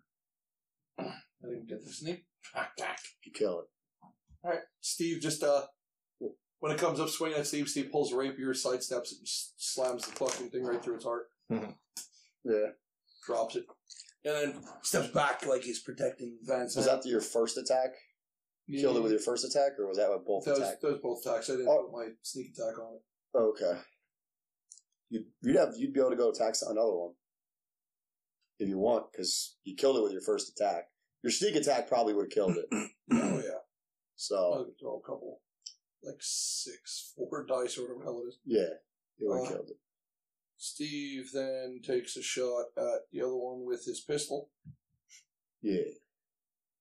Speaker 2: I didn't get the sneak attack.
Speaker 1: You kill it.
Speaker 2: All right, Steve. Just uh, when it comes up swinging at Steve, Steve pulls a rapier, sidesteps, it, and s- slams the fucking thing right through its heart,
Speaker 1: Yeah.
Speaker 2: drops it, and then steps back like he's protecting Vance.
Speaker 1: Was that your first attack? You killed it with your first attack, or was that with both
Speaker 2: Those,
Speaker 1: attack?
Speaker 2: those both attacks. I didn't
Speaker 1: Oh.
Speaker 2: put my sneak attack on it.
Speaker 1: Okay. You'd, you'd have you'd be able to go attack another one if you want, because you killed it with your first attack. Your sneak attack probably would have killed it.
Speaker 2: Oh yeah,
Speaker 1: So
Speaker 2: I'll throw a couple, like six, four dice or whatever the hell it is.
Speaker 1: yeah, it would have
Speaker 2: Uh,
Speaker 1: killed it.
Speaker 2: Steve then takes a shot at the other one with his pistol
Speaker 1: Yeah.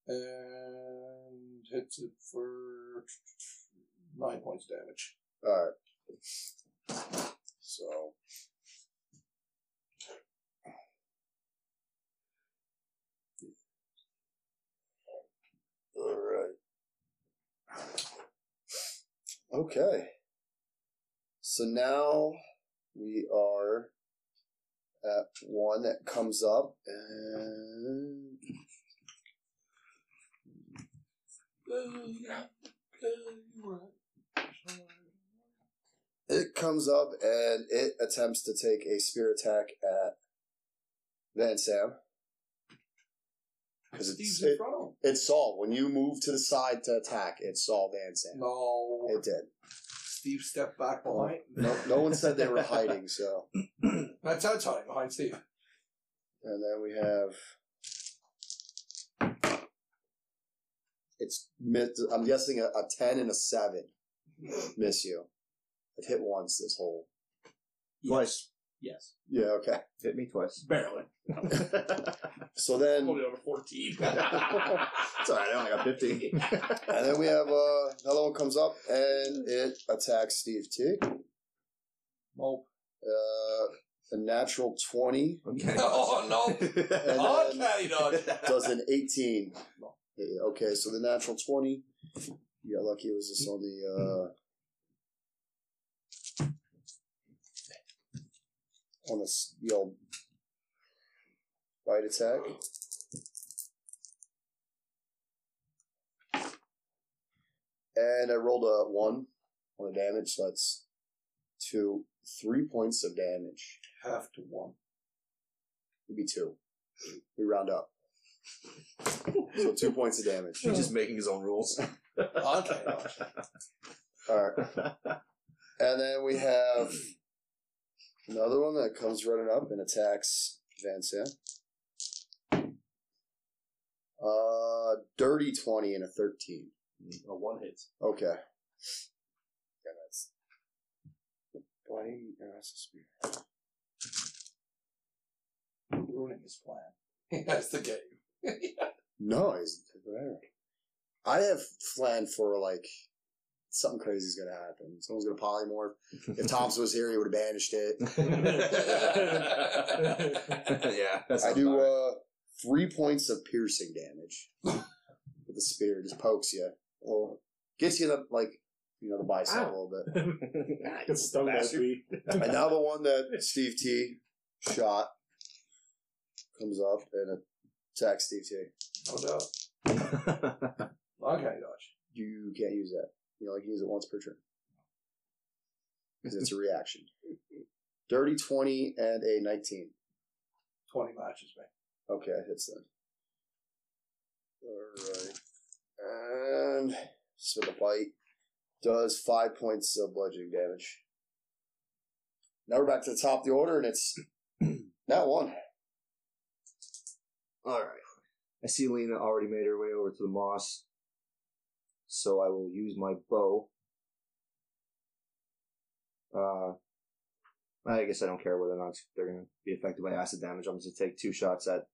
Speaker 2: and hits it for nine points damage.
Speaker 1: All right. So All right. Okay. So now we are at one that comes up and it comes up and it attempts to take a spear attack at Van Sam. Because
Speaker 2: Steve's
Speaker 1: it's,
Speaker 2: in
Speaker 1: it,
Speaker 2: front of him.
Speaker 1: it saw when you move to the side to attack, it saw Van Sam.
Speaker 2: No,
Speaker 1: It did.
Speaker 2: Steve stepped back behind.
Speaker 1: No, no one said they were hiding, so.
Speaker 2: That's outside behind Steve.
Speaker 1: And then we have. It's miss, I'm guessing a, a ten and a seven miss you. It hit once this whole.
Speaker 4: Twice.
Speaker 6: Yes.
Speaker 1: Yeah. Okay.
Speaker 4: Hit me twice.
Speaker 6: Barely.
Speaker 1: So then,
Speaker 6: Only on a 14. That's
Speaker 4: It's alright, I only got 15.
Speaker 1: and then we have uh, another one comes up and it attacks Steve T.
Speaker 2: Nope.
Speaker 1: Uh, a natural twenty
Speaker 4: okay.
Speaker 2: Oh, no.
Speaker 1: And then-
Speaker 2: Uncanny dodge.
Speaker 1: does an 18. Yeah, Okay, so the natural 20. You got lucky it was just on the uh on this the old bite attack. And I rolled a one on the damage, so that's two three points of damage.
Speaker 2: Half to one.
Speaker 1: It'd be two. We round up. So two points of damage.
Speaker 4: He's just making his own rules.
Speaker 2: Uncanny dodge.
Speaker 1: All right. And then we have another one that comes running up and attacks Van Sam. Uh, dirty 20 and a 13.
Speaker 6: a one hit.
Speaker 1: Okay. Yeah, that's. Blade, no, that's a spear.
Speaker 2: Ruining his plan. He has to get you.
Speaker 1: No, he's whatever. I have planned for like something crazy's gonna happen. Someone's gonna polymorph. If Thompson was here, he would have banished it.
Speaker 4: yeah. that
Speaker 1: I
Speaker 4: sounds
Speaker 1: do
Speaker 4: about right.
Speaker 1: uh, three points of piercing damage with the spear. Just pokes you, or gets you the like you know the bicep a little bit.
Speaker 3: It's stung by
Speaker 4: Bastard.
Speaker 3: bee.
Speaker 1: And now the one that Steve T shot comes up and attacks Steve T.
Speaker 2: Oh, No doubt. Uncanny dodge.
Speaker 1: You can't use that. You only can use it once per turn because it's a reaction. Dirty twenty and a nineteen.
Speaker 2: 20 matches, man.
Speaker 1: Okay, it hits then. Alright. And so the bite does five points of bludgeoning damage. Now we're back to the top of the order and it's not one.
Speaker 4: All right. I see Lena already made her way over to the moss, so I will use my bow. Uh, I guess I don't care whether or not they're going to be affected by acid damage. I'm just going to take two shots at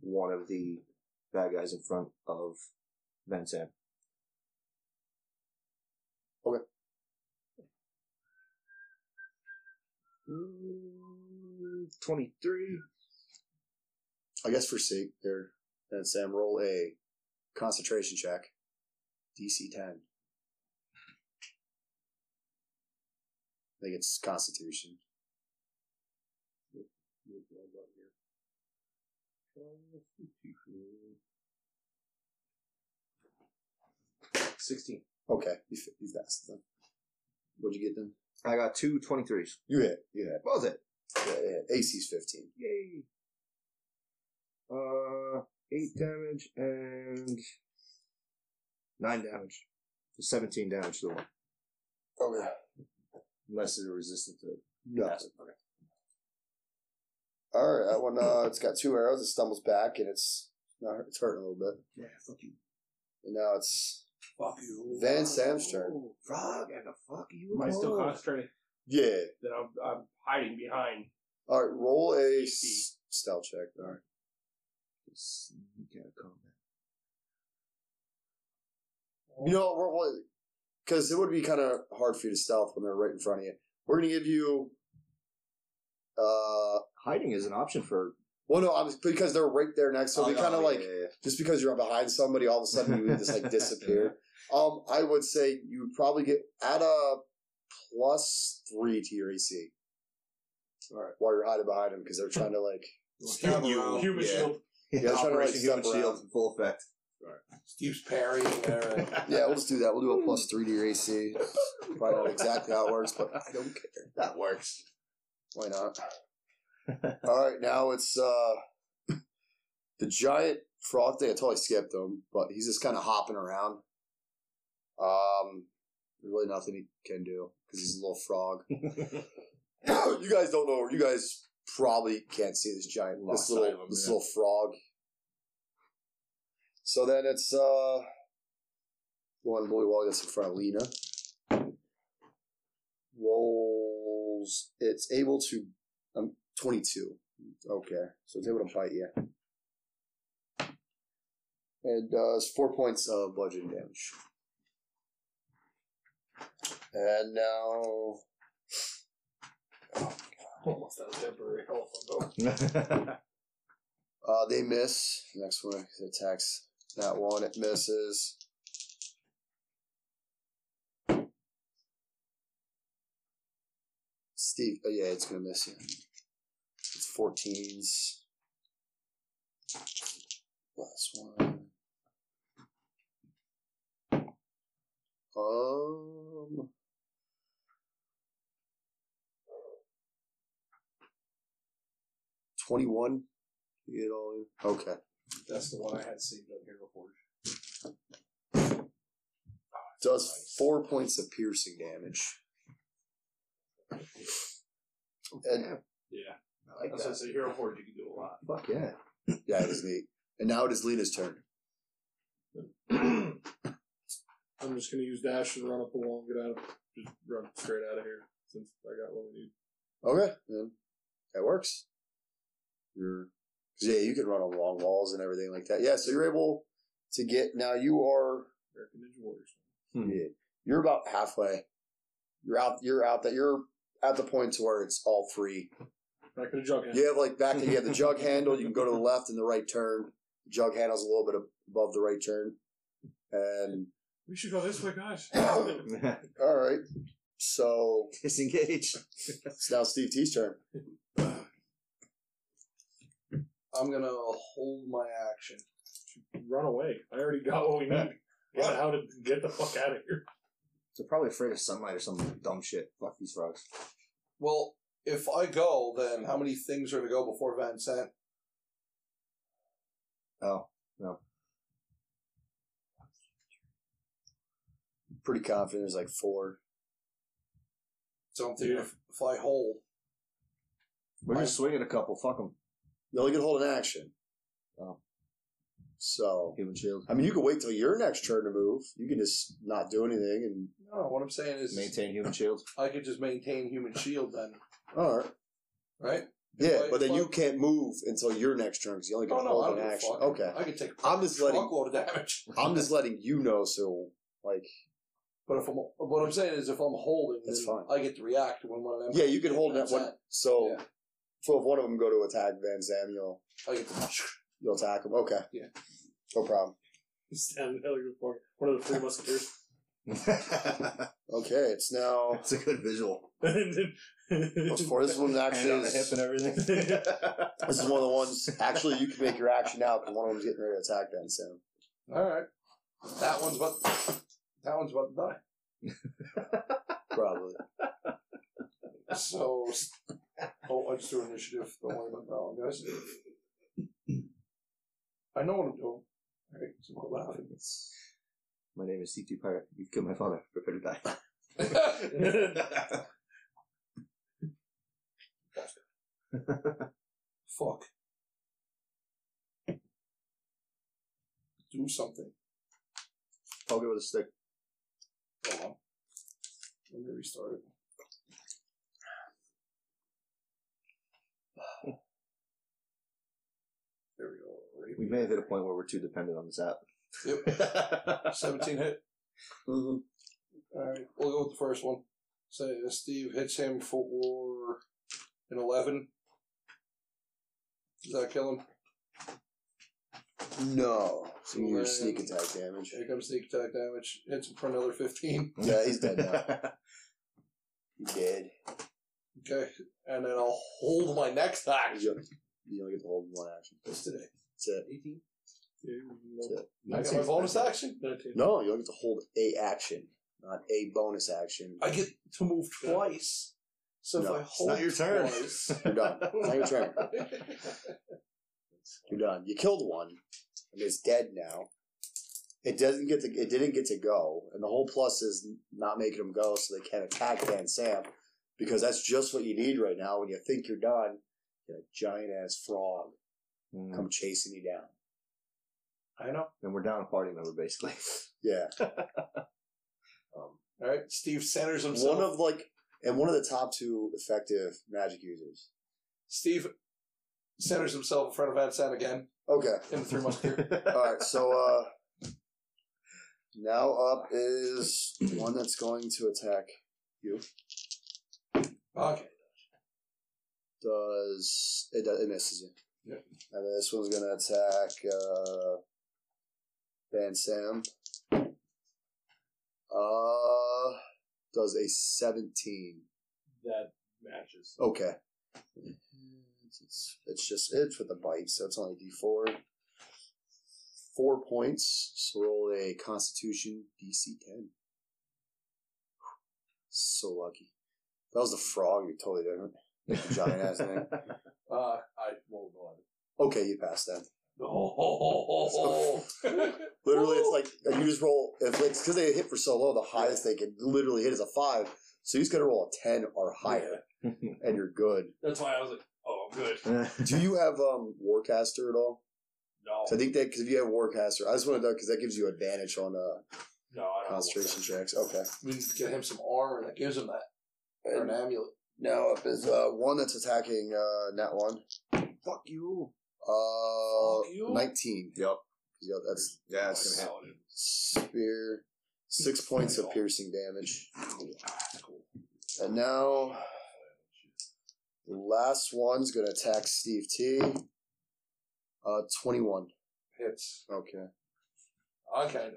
Speaker 4: one of the bad guys in front of Then Sam. Twenty three.
Speaker 1: I guess for sake there, then Sam, roll a concentration check. DC 10. I think it's Constitution.
Speaker 4: Sixteen.
Speaker 1: Okay, you, fi- you passed then. What'd you get then?
Speaker 4: I got two 23s.
Speaker 1: You hit. You hit.
Speaker 4: What was it?
Speaker 1: Yeah, yeah, yeah. AC's 15.
Speaker 4: Yay. Uh, eight damage and nine damage. So Seventeen damage to the one.
Speaker 1: Okay.
Speaker 4: Unless they're resistant to
Speaker 1: No. All right, that one. Uh, it's got two arrows. It stumbles back, and it's not, it's hurting a little bit.
Speaker 4: Yeah, fuck you.
Speaker 1: And now it's
Speaker 2: Fuck you.
Speaker 1: Van Sam's turn.
Speaker 4: Frog and the fuck you.
Speaker 6: Am I still
Speaker 4: Oh.
Speaker 6: concentrating?
Speaker 1: Yeah.
Speaker 6: Then I'm, I'm hiding behind.
Speaker 1: All right, roll a s- stealth check. All right.
Speaker 4: Sneak out of combat.
Speaker 1: You know, we're, we're, because it would be kind of hard for you to stealth when they're right in front of you. We're gonna give you. Uh,
Speaker 4: Hiding is an option for.
Speaker 1: well, no, I'm, because they're right there next, so
Speaker 4: Oh,
Speaker 1: they kind of
Speaker 4: yeah,
Speaker 1: like
Speaker 4: yeah, yeah.
Speaker 1: just because you're behind somebody, all of a sudden you just like disappear. Um, I would say you would probably get add a plus three to your AC. All right, while you're hiding behind them because they're trying to like
Speaker 2: Stab
Speaker 4: You-
Speaker 2: around.
Speaker 3: Human
Speaker 4: Yeah.
Speaker 3: shield.
Speaker 1: Yeah, I'm trying to, like,
Speaker 4: Operation Human
Speaker 1: step
Speaker 4: Shield
Speaker 1: around.
Speaker 4: in full effect.
Speaker 2: Steve's parrying there.
Speaker 1: yeah, let's do that. We'll do a plus three to your AC. Probably not exactly how it works, but I don't care.
Speaker 4: That works.
Speaker 1: Why not? All right, now it's uh the giant frog thing. I totally skipped him, but he's just kind of hopping around. Um, there's really nothing he can do because he's a little frog. you guys don't know. You guys probably can't see this giant, this
Speaker 4: Lost sight
Speaker 1: little,
Speaker 4: of him,
Speaker 1: this
Speaker 4: yeah.
Speaker 1: little frog. So then it's uh, one boy wall gets in front of Lena. Rolls. It's able to. I'm 22. Okay, so it's able to bite you. It does uh, four points of bludgeoning damage. And now
Speaker 6: Almost out of temporary health. I'm going.
Speaker 1: Uh, they miss. Next one attacks that one. It misses. Steve, oh yeah, it's gonna miss you. It's 14s. Last one. Um. Twenty-one. You get all in. Okay.
Speaker 6: That's the one I had saved up here before.
Speaker 1: does four points of piercing damage. And
Speaker 6: Yeah.
Speaker 4: I like
Speaker 6: That's
Speaker 4: that.
Speaker 6: why I say Hero Forge, you can do a lot.
Speaker 4: Fuck yeah.
Speaker 1: yeah, it is neat. And now it is Lena's turn.
Speaker 3: I'm just gonna use dash and run up the wall and get out of just run straight out of here since I got what we need.
Speaker 1: Okay, then that works. You're 'cause, yeah, you can run on long walls and everything like that. Yeah, so you're able to get now. You are
Speaker 3: American Ninja Warriors.
Speaker 4: Hmm.
Speaker 1: yeah, you're about halfway. You're out. You're out. That you're at the point to where it's all three.
Speaker 3: Back to the jughead.
Speaker 1: You have like back. You have the jug handle. You can go to the left and the right turn. jug handle's a little bit above the right turn, and
Speaker 3: We should go this way, guys.
Speaker 1: All right. So
Speaker 4: Disengage.
Speaker 1: it's now Steve T's turn.
Speaker 2: I'm gonna hold my action.
Speaker 3: run away. I already got what we need. Run out and get the fuck out of here.
Speaker 4: They're probably afraid of sunlight or some dumb shit. Fuck these frogs.
Speaker 2: Well, if I go, then how many things are to go before Van Sant?
Speaker 4: Oh.
Speaker 1: Pretty confident. There's like four.
Speaker 2: So I'm thinking if, if I hold,
Speaker 4: We're
Speaker 2: Mine-
Speaker 4: just swinging a couple. Fuck them.
Speaker 1: You only can hold an action.
Speaker 4: Oh.
Speaker 1: So
Speaker 4: Human shield.
Speaker 1: I mean, you can wait till your next turn to move. You can just not do anything and
Speaker 2: no, what I'm saying is
Speaker 4: Maintain human shield.
Speaker 2: I could just maintain human shield then,
Speaker 1: all right.
Speaker 2: right?
Speaker 1: Yeah,
Speaker 2: I
Speaker 1: but then
Speaker 2: fuck-
Speaker 1: you can't move until your next turn because you only
Speaker 2: Oh
Speaker 1: get
Speaker 2: no, I
Speaker 1: hold
Speaker 2: don't
Speaker 1: an
Speaker 2: give a
Speaker 1: action.
Speaker 2: fuck.
Speaker 1: Okay,
Speaker 2: I can take.
Speaker 1: I'm just letting-
Speaker 2: truckload of damage.
Speaker 1: I'm just letting you know. So like,
Speaker 2: But if I'm, what I'm saying is, if I'm holding,
Speaker 1: That's
Speaker 2: then
Speaker 1: fine.
Speaker 2: I get to react when one of them.
Speaker 1: yeah, you can
Speaker 2: Yeah,
Speaker 1: hold that
Speaker 2: that's
Speaker 1: one.
Speaker 2: it.
Speaker 1: So,
Speaker 2: Yeah.
Speaker 1: so if one of them go to attack Van Zam, you'll
Speaker 2: I get to.
Speaker 1: you'll attack him. Okay,
Speaker 2: Yeah.
Speaker 1: no problem.
Speaker 3: Stand there like a fucking- one of the three musketeers.
Speaker 4: That's
Speaker 1: Okay, it's now.
Speaker 4: a good visual.
Speaker 3: And then-
Speaker 1: What's for this one actually?
Speaker 4: Hand on the hip
Speaker 1: Is,
Speaker 4: and uh, everything.
Speaker 1: this is one of the ones. Actually, you can make your action now because one of them's getting ready to attack Van Zam.
Speaker 2: All right, that one's about. That one's about to die.
Speaker 1: Probably.
Speaker 2: So, oh, I just threw initiative. Don't worry about that one, guys. I know what I'm doing. All right, so quit laughing.
Speaker 4: My name is C2 Pirate. You've killed my father. Prepare to die.
Speaker 2: Fuck. Do something.
Speaker 4: I'll go with a stick.
Speaker 2: Hold on. Let me restart it. There we
Speaker 4: We may have hit a point where we're too dependent on this app.
Speaker 2: go. Yep. 17 hit. All right, we'll go with the first one. So uh, Steve hits him for an 11. Does that kill him?
Speaker 1: No. So your sneak attack damage.
Speaker 2: Here comes sneak attack damage. Hits him for another 15.
Speaker 1: Yeah, he's dead now. He's dead.
Speaker 2: Okay, and then I'll hold my next action.
Speaker 1: You you only get to hold one action.
Speaker 2: That's today.
Speaker 1: That's it.
Speaker 2: 18.
Speaker 1: That's it.
Speaker 2: I got my bonus action.
Speaker 3: Nineteen.
Speaker 1: No, you only get to hold a action, not a bonus action.
Speaker 2: I get to move twice. So
Speaker 1: No,
Speaker 2: if I
Speaker 1: it's
Speaker 2: hold
Speaker 4: not your turn.
Speaker 2: twice,
Speaker 1: You're done. It's not your turn. You're done. You killed one. And it's dead now. It doesn't get to. It didn't get to go, and the whole plus is not making them go, so they can't attack Van Sam, because that's just what you need right now. When you think you're done, you get a giant ass frog
Speaker 4: Mm.
Speaker 1: come chasing you down.
Speaker 2: I know.
Speaker 4: And we're down a party member, basically.
Speaker 1: Yeah,
Speaker 2: All right, um, Steve centers himself.
Speaker 1: one of like, and one of the top two effective magic users.
Speaker 2: Steve centers himself in front of Van Sam again
Speaker 1: Okay,
Speaker 2: in the three musketeer.
Speaker 1: all right. So uh now up is one that's going to attack.
Speaker 2: Okay.
Speaker 1: Does it? Does, it misses you.
Speaker 2: Yep.
Speaker 1: And then this one's gonna attack uh, Van Sam. Uh, does a seventeen?
Speaker 3: That matches.
Speaker 1: Okay. It's, it's just it's with the bite, so it's only D four. Four points. So roll a Constitution DC ten. So lucky. If that was the frog. You're totally different. Giant ass thing.
Speaker 2: Uh, I rolled eleven.
Speaker 1: Okay, you passed that.
Speaker 2: Oh, ho, ho, ho, ho.
Speaker 1: Literally, it's like you just roll. If it's because they hit for so low, the highest they could literally hit is a five. So you just got to roll a ten or higher, and you're good.
Speaker 6: That's why I was like, oh, I'm good.
Speaker 1: Do you have um Warcaster at all?
Speaker 6: No,
Speaker 1: 'Cause I think that because if you have Warcaster, I just want to know because that gives you advantage on uh
Speaker 6: no, I don't.
Speaker 1: concentration checks. Okay.
Speaker 2: we need to get him some armor that gives him that or
Speaker 1: And
Speaker 2: an amulet.
Speaker 1: now up is uh one that's attacking uh that one.
Speaker 2: Fuck you.
Speaker 1: Uh,
Speaker 2: Fuck you.
Speaker 1: nineteen.
Speaker 4: Yep.
Speaker 1: Yeah, that's
Speaker 4: Yeah,
Speaker 6: That's
Speaker 4: it's gonna
Speaker 6: solid.
Speaker 1: spear. Six points of piercing damage. And now the last one's gonna attack Steve T. Uh twenty one.
Speaker 2: Hits.
Speaker 1: Okay.
Speaker 2: Okay,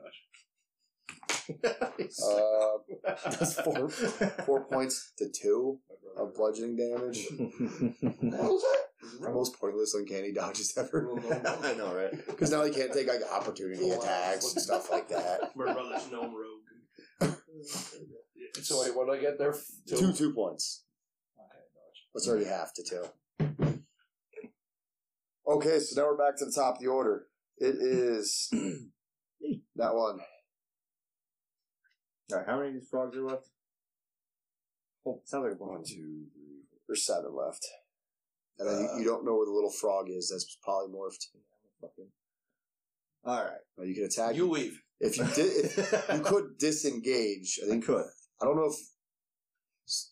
Speaker 4: happen.
Speaker 1: Uh that's four four points to two of bludgeoning damage.
Speaker 2: what was that?
Speaker 1: The most pointless uncanny dodges ever.
Speaker 4: I know, right?
Speaker 1: Because now he can't take like opportunity attacks and stuff like that.
Speaker 6: My brother's gnome rogue.
Speaker 2: So wait, what did I get there?
Speaker 1: Two two points.
Speaker 2: Okay, dodge.
Speaker 1: That's already half to two. Okay, so now we're back to the top of the order. It is that one.
Speaker 4: All right, how many of these frogs are left? Oh, sounds like a bunch.
Speaker 1: One, two, three, four. There's seven left. And then you, you don't know where the little frog is that's polymorphed.
Speaker 4: All right.
Speaker 1: Now you can attack.
Speaker 2: You leave.
Speaker 1: if you did, if you could disengage. I think
Speaker 4: could.
Speaker 1: I don't know if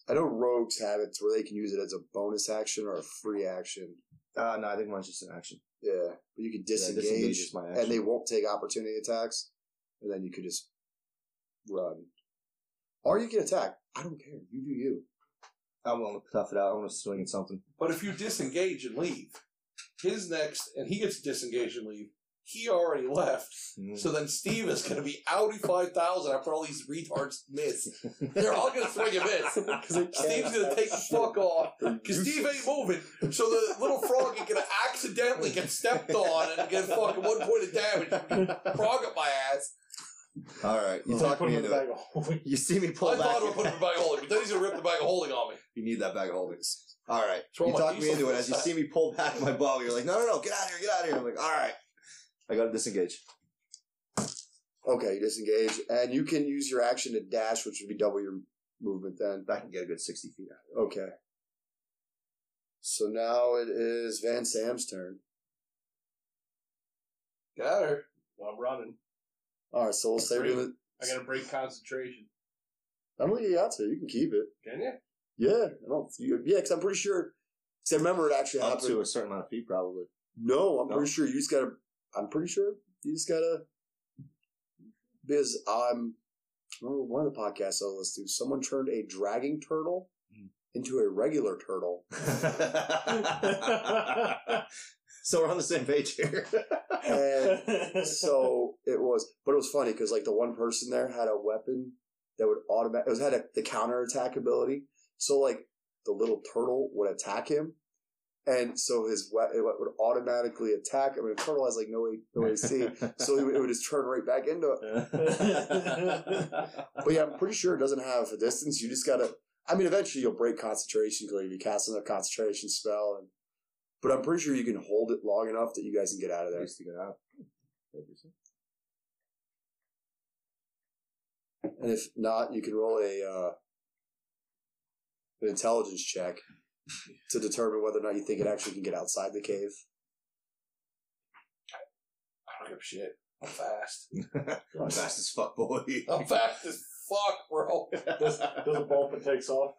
Speaker 1: I know rogues have it to where they can use it as a bonus action or a free action.
Speaker 4: Uh, no, I think mine's just an action.
Speaker 1: Yeah, but you can
Speaker 4: Yeah,
Speaker 1: disengage,
Speaker 4: is my action.
Speaker 1: and they won't take opportunity attacks, and then you could just run, or you can attack. I don't care. You do you.
Speaker 4: I'm willing to tough it out. I'm going to swing at something.
Speaker 2: But if you disengage and leave, his next, and he gets disengaged and leave, he already left.
Speaker 4: Mm.
Speaker 2: So then Steve is going to be outy 5,000 after all these retards miss. They're all going to swing and miss. Steve's going to take the fuck off because Steve ain't moving. So the little frog is going to accidentally get stepped on and get fucking one point of damage. Frog up my ass.
Speaker 4: All right, you
Speaker 3: You
Speaker 4: talked
Speaker 3: put
Speaker 4: me
Speaker 3: him in
Speaker 4: into
Speaker 3: the
Speaker 4: it.
Speaker 3: bag of holding.
Speaker 4: You see me pull
Speaker 2: I
Speaker 4: back.
Speaker 2: thought I would put him in the bag of holding, but then he's going to rip the bag of holding on me.
Speaker 4: you need that bag of holdings. All right,
Speaker 2: Throw
Speaker 4: you
Speaker 2: my
Speaker 4: talked me
Speaker 2: diesel
Speaker 4: into it.
Speaker 2: fuel
Speaker 4: As you
Speaker 2: tank.
Speaker 4: see me pull back my bow, you're like, "No, no, no! Get out of here! Get out of here!" I'm like, "All right, I got to disengage."
Speaker 1: Okay, you disengage, and you can use your action to dash, which would be double your movement. Then
Speaker 4: I can get a good sixty feet out.
Speaker 1: okay. So now it is Van Sam's turn.
Speaker 2: Got her.
Speaker 6: Well, I'm running.
Speaker 1: All right, so we'll say we
Speaker 6: Great.
Speaker 1: do
Speaker 6: I gotta break concentration.
Speaker 1: it. I'm gonna get you out there. You can keep it.
Speaker 6: Can you?
Speaker 1: Yeah, I don't. You, yeah, because I'm pretty sure. Because I remember it actually
Speaker 4: Up
Speaker 1: happened.
Speaker 4: to a certain amount of feet, probably.
Speaker 1: No, I'm
Speaker 4: No.
Speaker 1: pretty sure you just gotta. I'm pretty sure you just gotta. Because I'm. I remember one of the podcasts I listened to, someone turned a dragging turtle
Speaker 4: Hmm.
Speaker 1: into a regular turtle.
Speaker 4: so we're on the same page here.
Speaker 1: And so it was, but it was funny because like the one person there had a weapon that would automatic. It was had a, the counter attack ability. So like the little turtle would attack him, and so his weapon would automatically attack. I mean, a turtle has like no A- no AC, so he would, it would just turn right back into it. But yeah, I'm pretty sure it doesn't have a distance. You just gotta. I mean, eventually you'll break concentration because you cast another concentration spell, and but I'm pretty sure you can hold it long enough that you guys can get out of there.
Speaker 4: Nice to get out.
Speaker 1: And if not, you can roll a uh, an intelligence check to determine whether or not you think it actually can get outside the cave.
Speaker 2: I don't give a shit. I'm fast.
Speaker 4: I'm fast as fuck, boy.
Speaker 2: I'm fast as fuck, bro.
Speaker 3: Does, does a bump and takes off.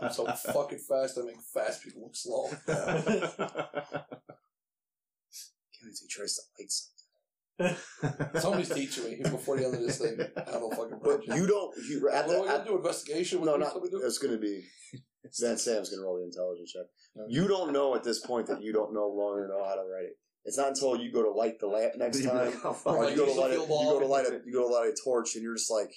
Speaker 2: I'm so fucking fast, I make fast people look slow.
Speaker 1: Can't wait till he tries to light something.
Speaker 2: Somebody's teaching me before the end of this thing. I don't fucking
Speaker 1: But you don't. You at
Speaker 2: Well,
Speaker 1: the
Speaker 2: we gotta
Speaker 1: at,
Speaker 2: do investigation.
Speaker 1: no,
Speaker 2: What do
Speaker 1: not
Speaker 2: we do?
Speaker 1: it's going to be Van Sam's going to roll the intelligence check. You don't know at this point that you don't no longer know how to write it. It's not until you go to light the lamp next time.
Speaker 2: Or
Speaker 1: Or you go to
Speaker 2: diesel
Speaker 1: light a,
Speaker 2: fuel
Speaker 1: you go to
Speaker 2: bomb.
Speaker 1: light a you go to light a torch and you're just like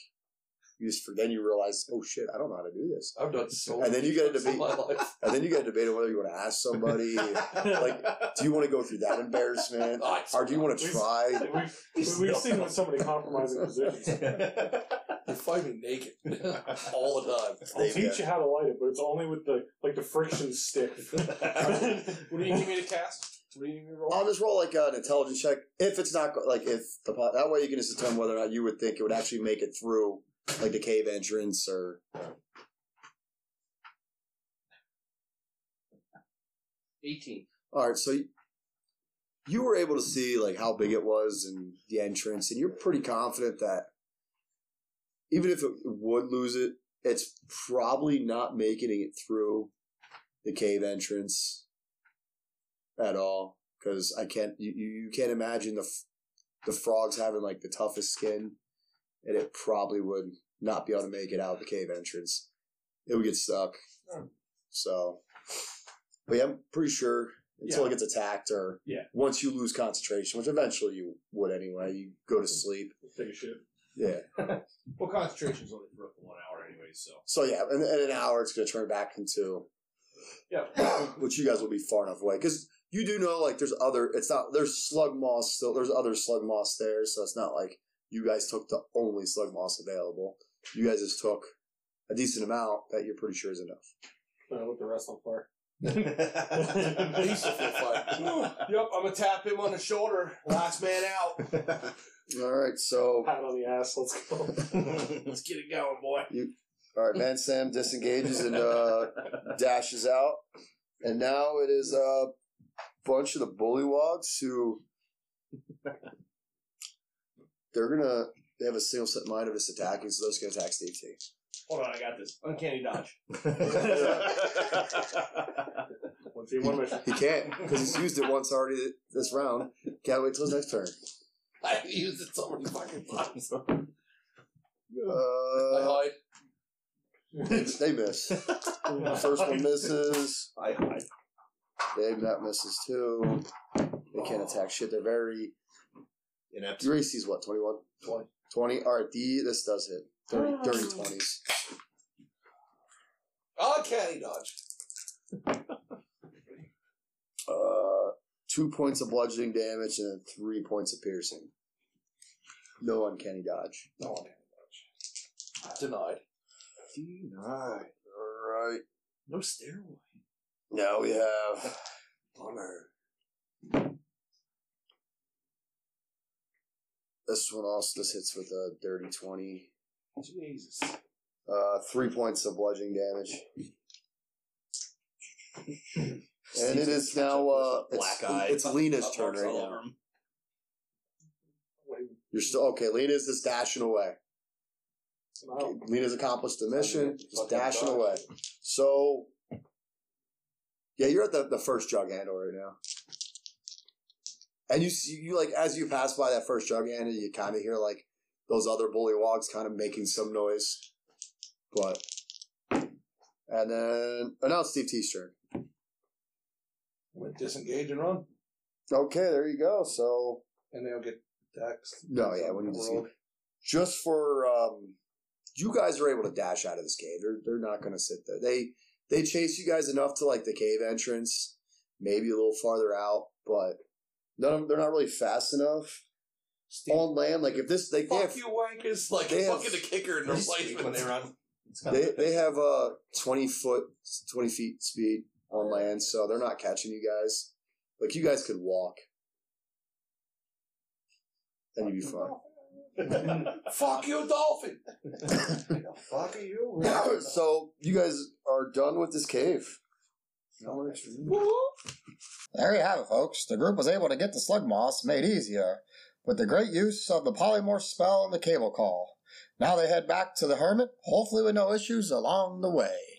Speaker 1: you just then you realize oh shit I don't know how to do this
Speaker 2: I've done so.
Speaker 1: And then you get a
Speaker 2: much in
Speaker 1: debate.
Speaker 2: my life.
Speaker 1: and then you got to debate on whether you want to ask somebody like do you want to go through that embarrassment
Speaker 2: Oh, it's-
Speaker 1: or do you want to
Speaker 3: Please.
Speaker 1: try
Speaker 3: We've, we've seen when somebody compromising positions.
Speaker 2: They find me naked all the time.
Speaker 3: I'll teach you how to light it, but it's only with the like the friction stick.
Speaker 6: What do you give me to cast? What do you give me to roll?
Speaker 1: I'll just roll like an intelligence check. If it's not go- like if the po- that way you can just determine whether or not you would think it would actually make it through like the cave entrance or
Speaker 6: Eighteen.
Speaker 1: all right. So you, you were able to see like how big it was and the entrance, and you're pretty confident that even if it would lose it, it's probably not making it through the cave entrance at all because I can't you, you you can't imagine the f- the frogs having like the toughest skin and it probably would not be able to make it out of the cave entrance. It would get stuck. So, but yeah, I'm pretty sure until it gets attacked or
Speaker 3: Yeah.
Speaker 1: once you lose concentration, which eventually you would anyway, you go to sleep.
Speaker 3: Take a shit.
Speaker 1: Yeah.
Speaker 6: Well, concentration's only for one hour anyway, so.
Speaker 1: So yeah, in, in an hour it's going to turn back into.
Speaker 6: Yeah.
Speaker 1: which you guys will be far enough away because you do know like there's other. It's not there's slug moss still. There's other slug moss there, so it's not like you guys took the only slug moss available. You guys just took a decent amount that you're pretty sure is enough.
Speaker 3: I lit Uh, the rest on fire.
Speaker 2: Diesel fuel fire.
Speaker 6: Yep, I'm gonna tap him on the shoulder. Last man out.
Speaker 1: All right, so
Speaker 3: Pat on the ass. Let's go.
Speaker 6: Let's get it going, boy.
Speaker 1: all right, Van Sam disengages and uh, dashes out, and now it is a bunch of the bullywogs who they're gonna. They have a single set mind of us attacking, so those can attack Steve T.
Speaker 6: Hold on, I got this. Uncanny dodge.
Speaker 3: One team, one mission.
Speaker 1: He can't because he's used it once already this round. Gotta wait till his next turn.
Speaker 6: I've used it so many fucking times. I
Speaker 1: Uh,
Speaker 6: hide.
Speaker 1: they miss. The first one misses.
Speaker 6: I hide.
Speaker 1: They that misses too. They can't attack shit. They're very
Speaker 4: Inept.
Speaker 1: Your AC's what, 21? 20. 20? Alright, D, this does hit. 30, dirty 20s.
Speaker 2: Oh,
Speaker 6: Uncanny dodge.
Speaker 1: Uh, two points of bludgeoning damage and then three points of piercing. No uncanny dodge.
Speaker 6: No one Denied.
Speaker 4: Denied.
Speaker 1: Alright.
Speaker 4: No steroid.
Speaker 1: Now we have.
Speaker 6: Bummer.
Speaker 1: This one also this hits with a dirty 20.
Speaker 6: Jesus.
Speaker 1: Uh, three points of bludgeoning damage. And it is now. Uh,
Speaker 4: Black
Speaker 1: it's,
Speaker 4: eye.
Speaker 1: It's Lena's
Speaker 4: Up
Speaker 1: turn
Speaker 4: marks
Speaker 1: right
Speaker 4: all
Speaker 1: now.
Speaker 4: over him.
Speaker 1: You're still. Okay, Lena's just dashing away.
Speaker 3: Wow.
Speaker 1: Lena's accomplished the mission. Just
Speaker 6: Fucking
Speaker 1: dashing
Speaker 6: dodge.
Speaker 1: away. So, yeah, you're at the, the first jug handle right now. And you see, you like, as you pass by that first jug handle, you kind of hear like those other bullywogs kind of making some noise. But, and then, oh, now it's Steve T's turn.
Speaker 2: I'm gonna disengage and run,
Speaker 1: Okay, there you go. So,
Speaker 2: and they'll get taxed.
Speaker 1: No, yeah, we need to see. Just for um, you guys are able to dash out of this cave. They're they're not going to sit there. They they chase you guys enough to like the cave entrance, maybe a little farther out, but none of them, they're not really fast enough
Speaker 2: Steve,
Speaker 1: on land. Like if this, they they
Speaker 6: Fuck
Speaker 1: have,
Speaker 6: you, wankers. Like
Speaker 1: They have-
Speaker 6: fucking the kicker in
Speaker 4: They
Speaker 6: replacement.
Speaker 4: speak when they run. It's kinda-
Speaker 1: they they have uh twenty foot twenty feet speed on land, so they're not catching you guys. Like you guys could walk, and you'd be fine.
Speaker 6: Fuck you, dolphin.
Speaker 2: fuck are you?
Speaker 1: so you guys are done with this cave.
Speaker 5: There you have it, folks. The group was able to get the slug moss made easier with the great use of the polymorph spell and the cable call. Now they head back to the hermit, hopefully with no issues along the way.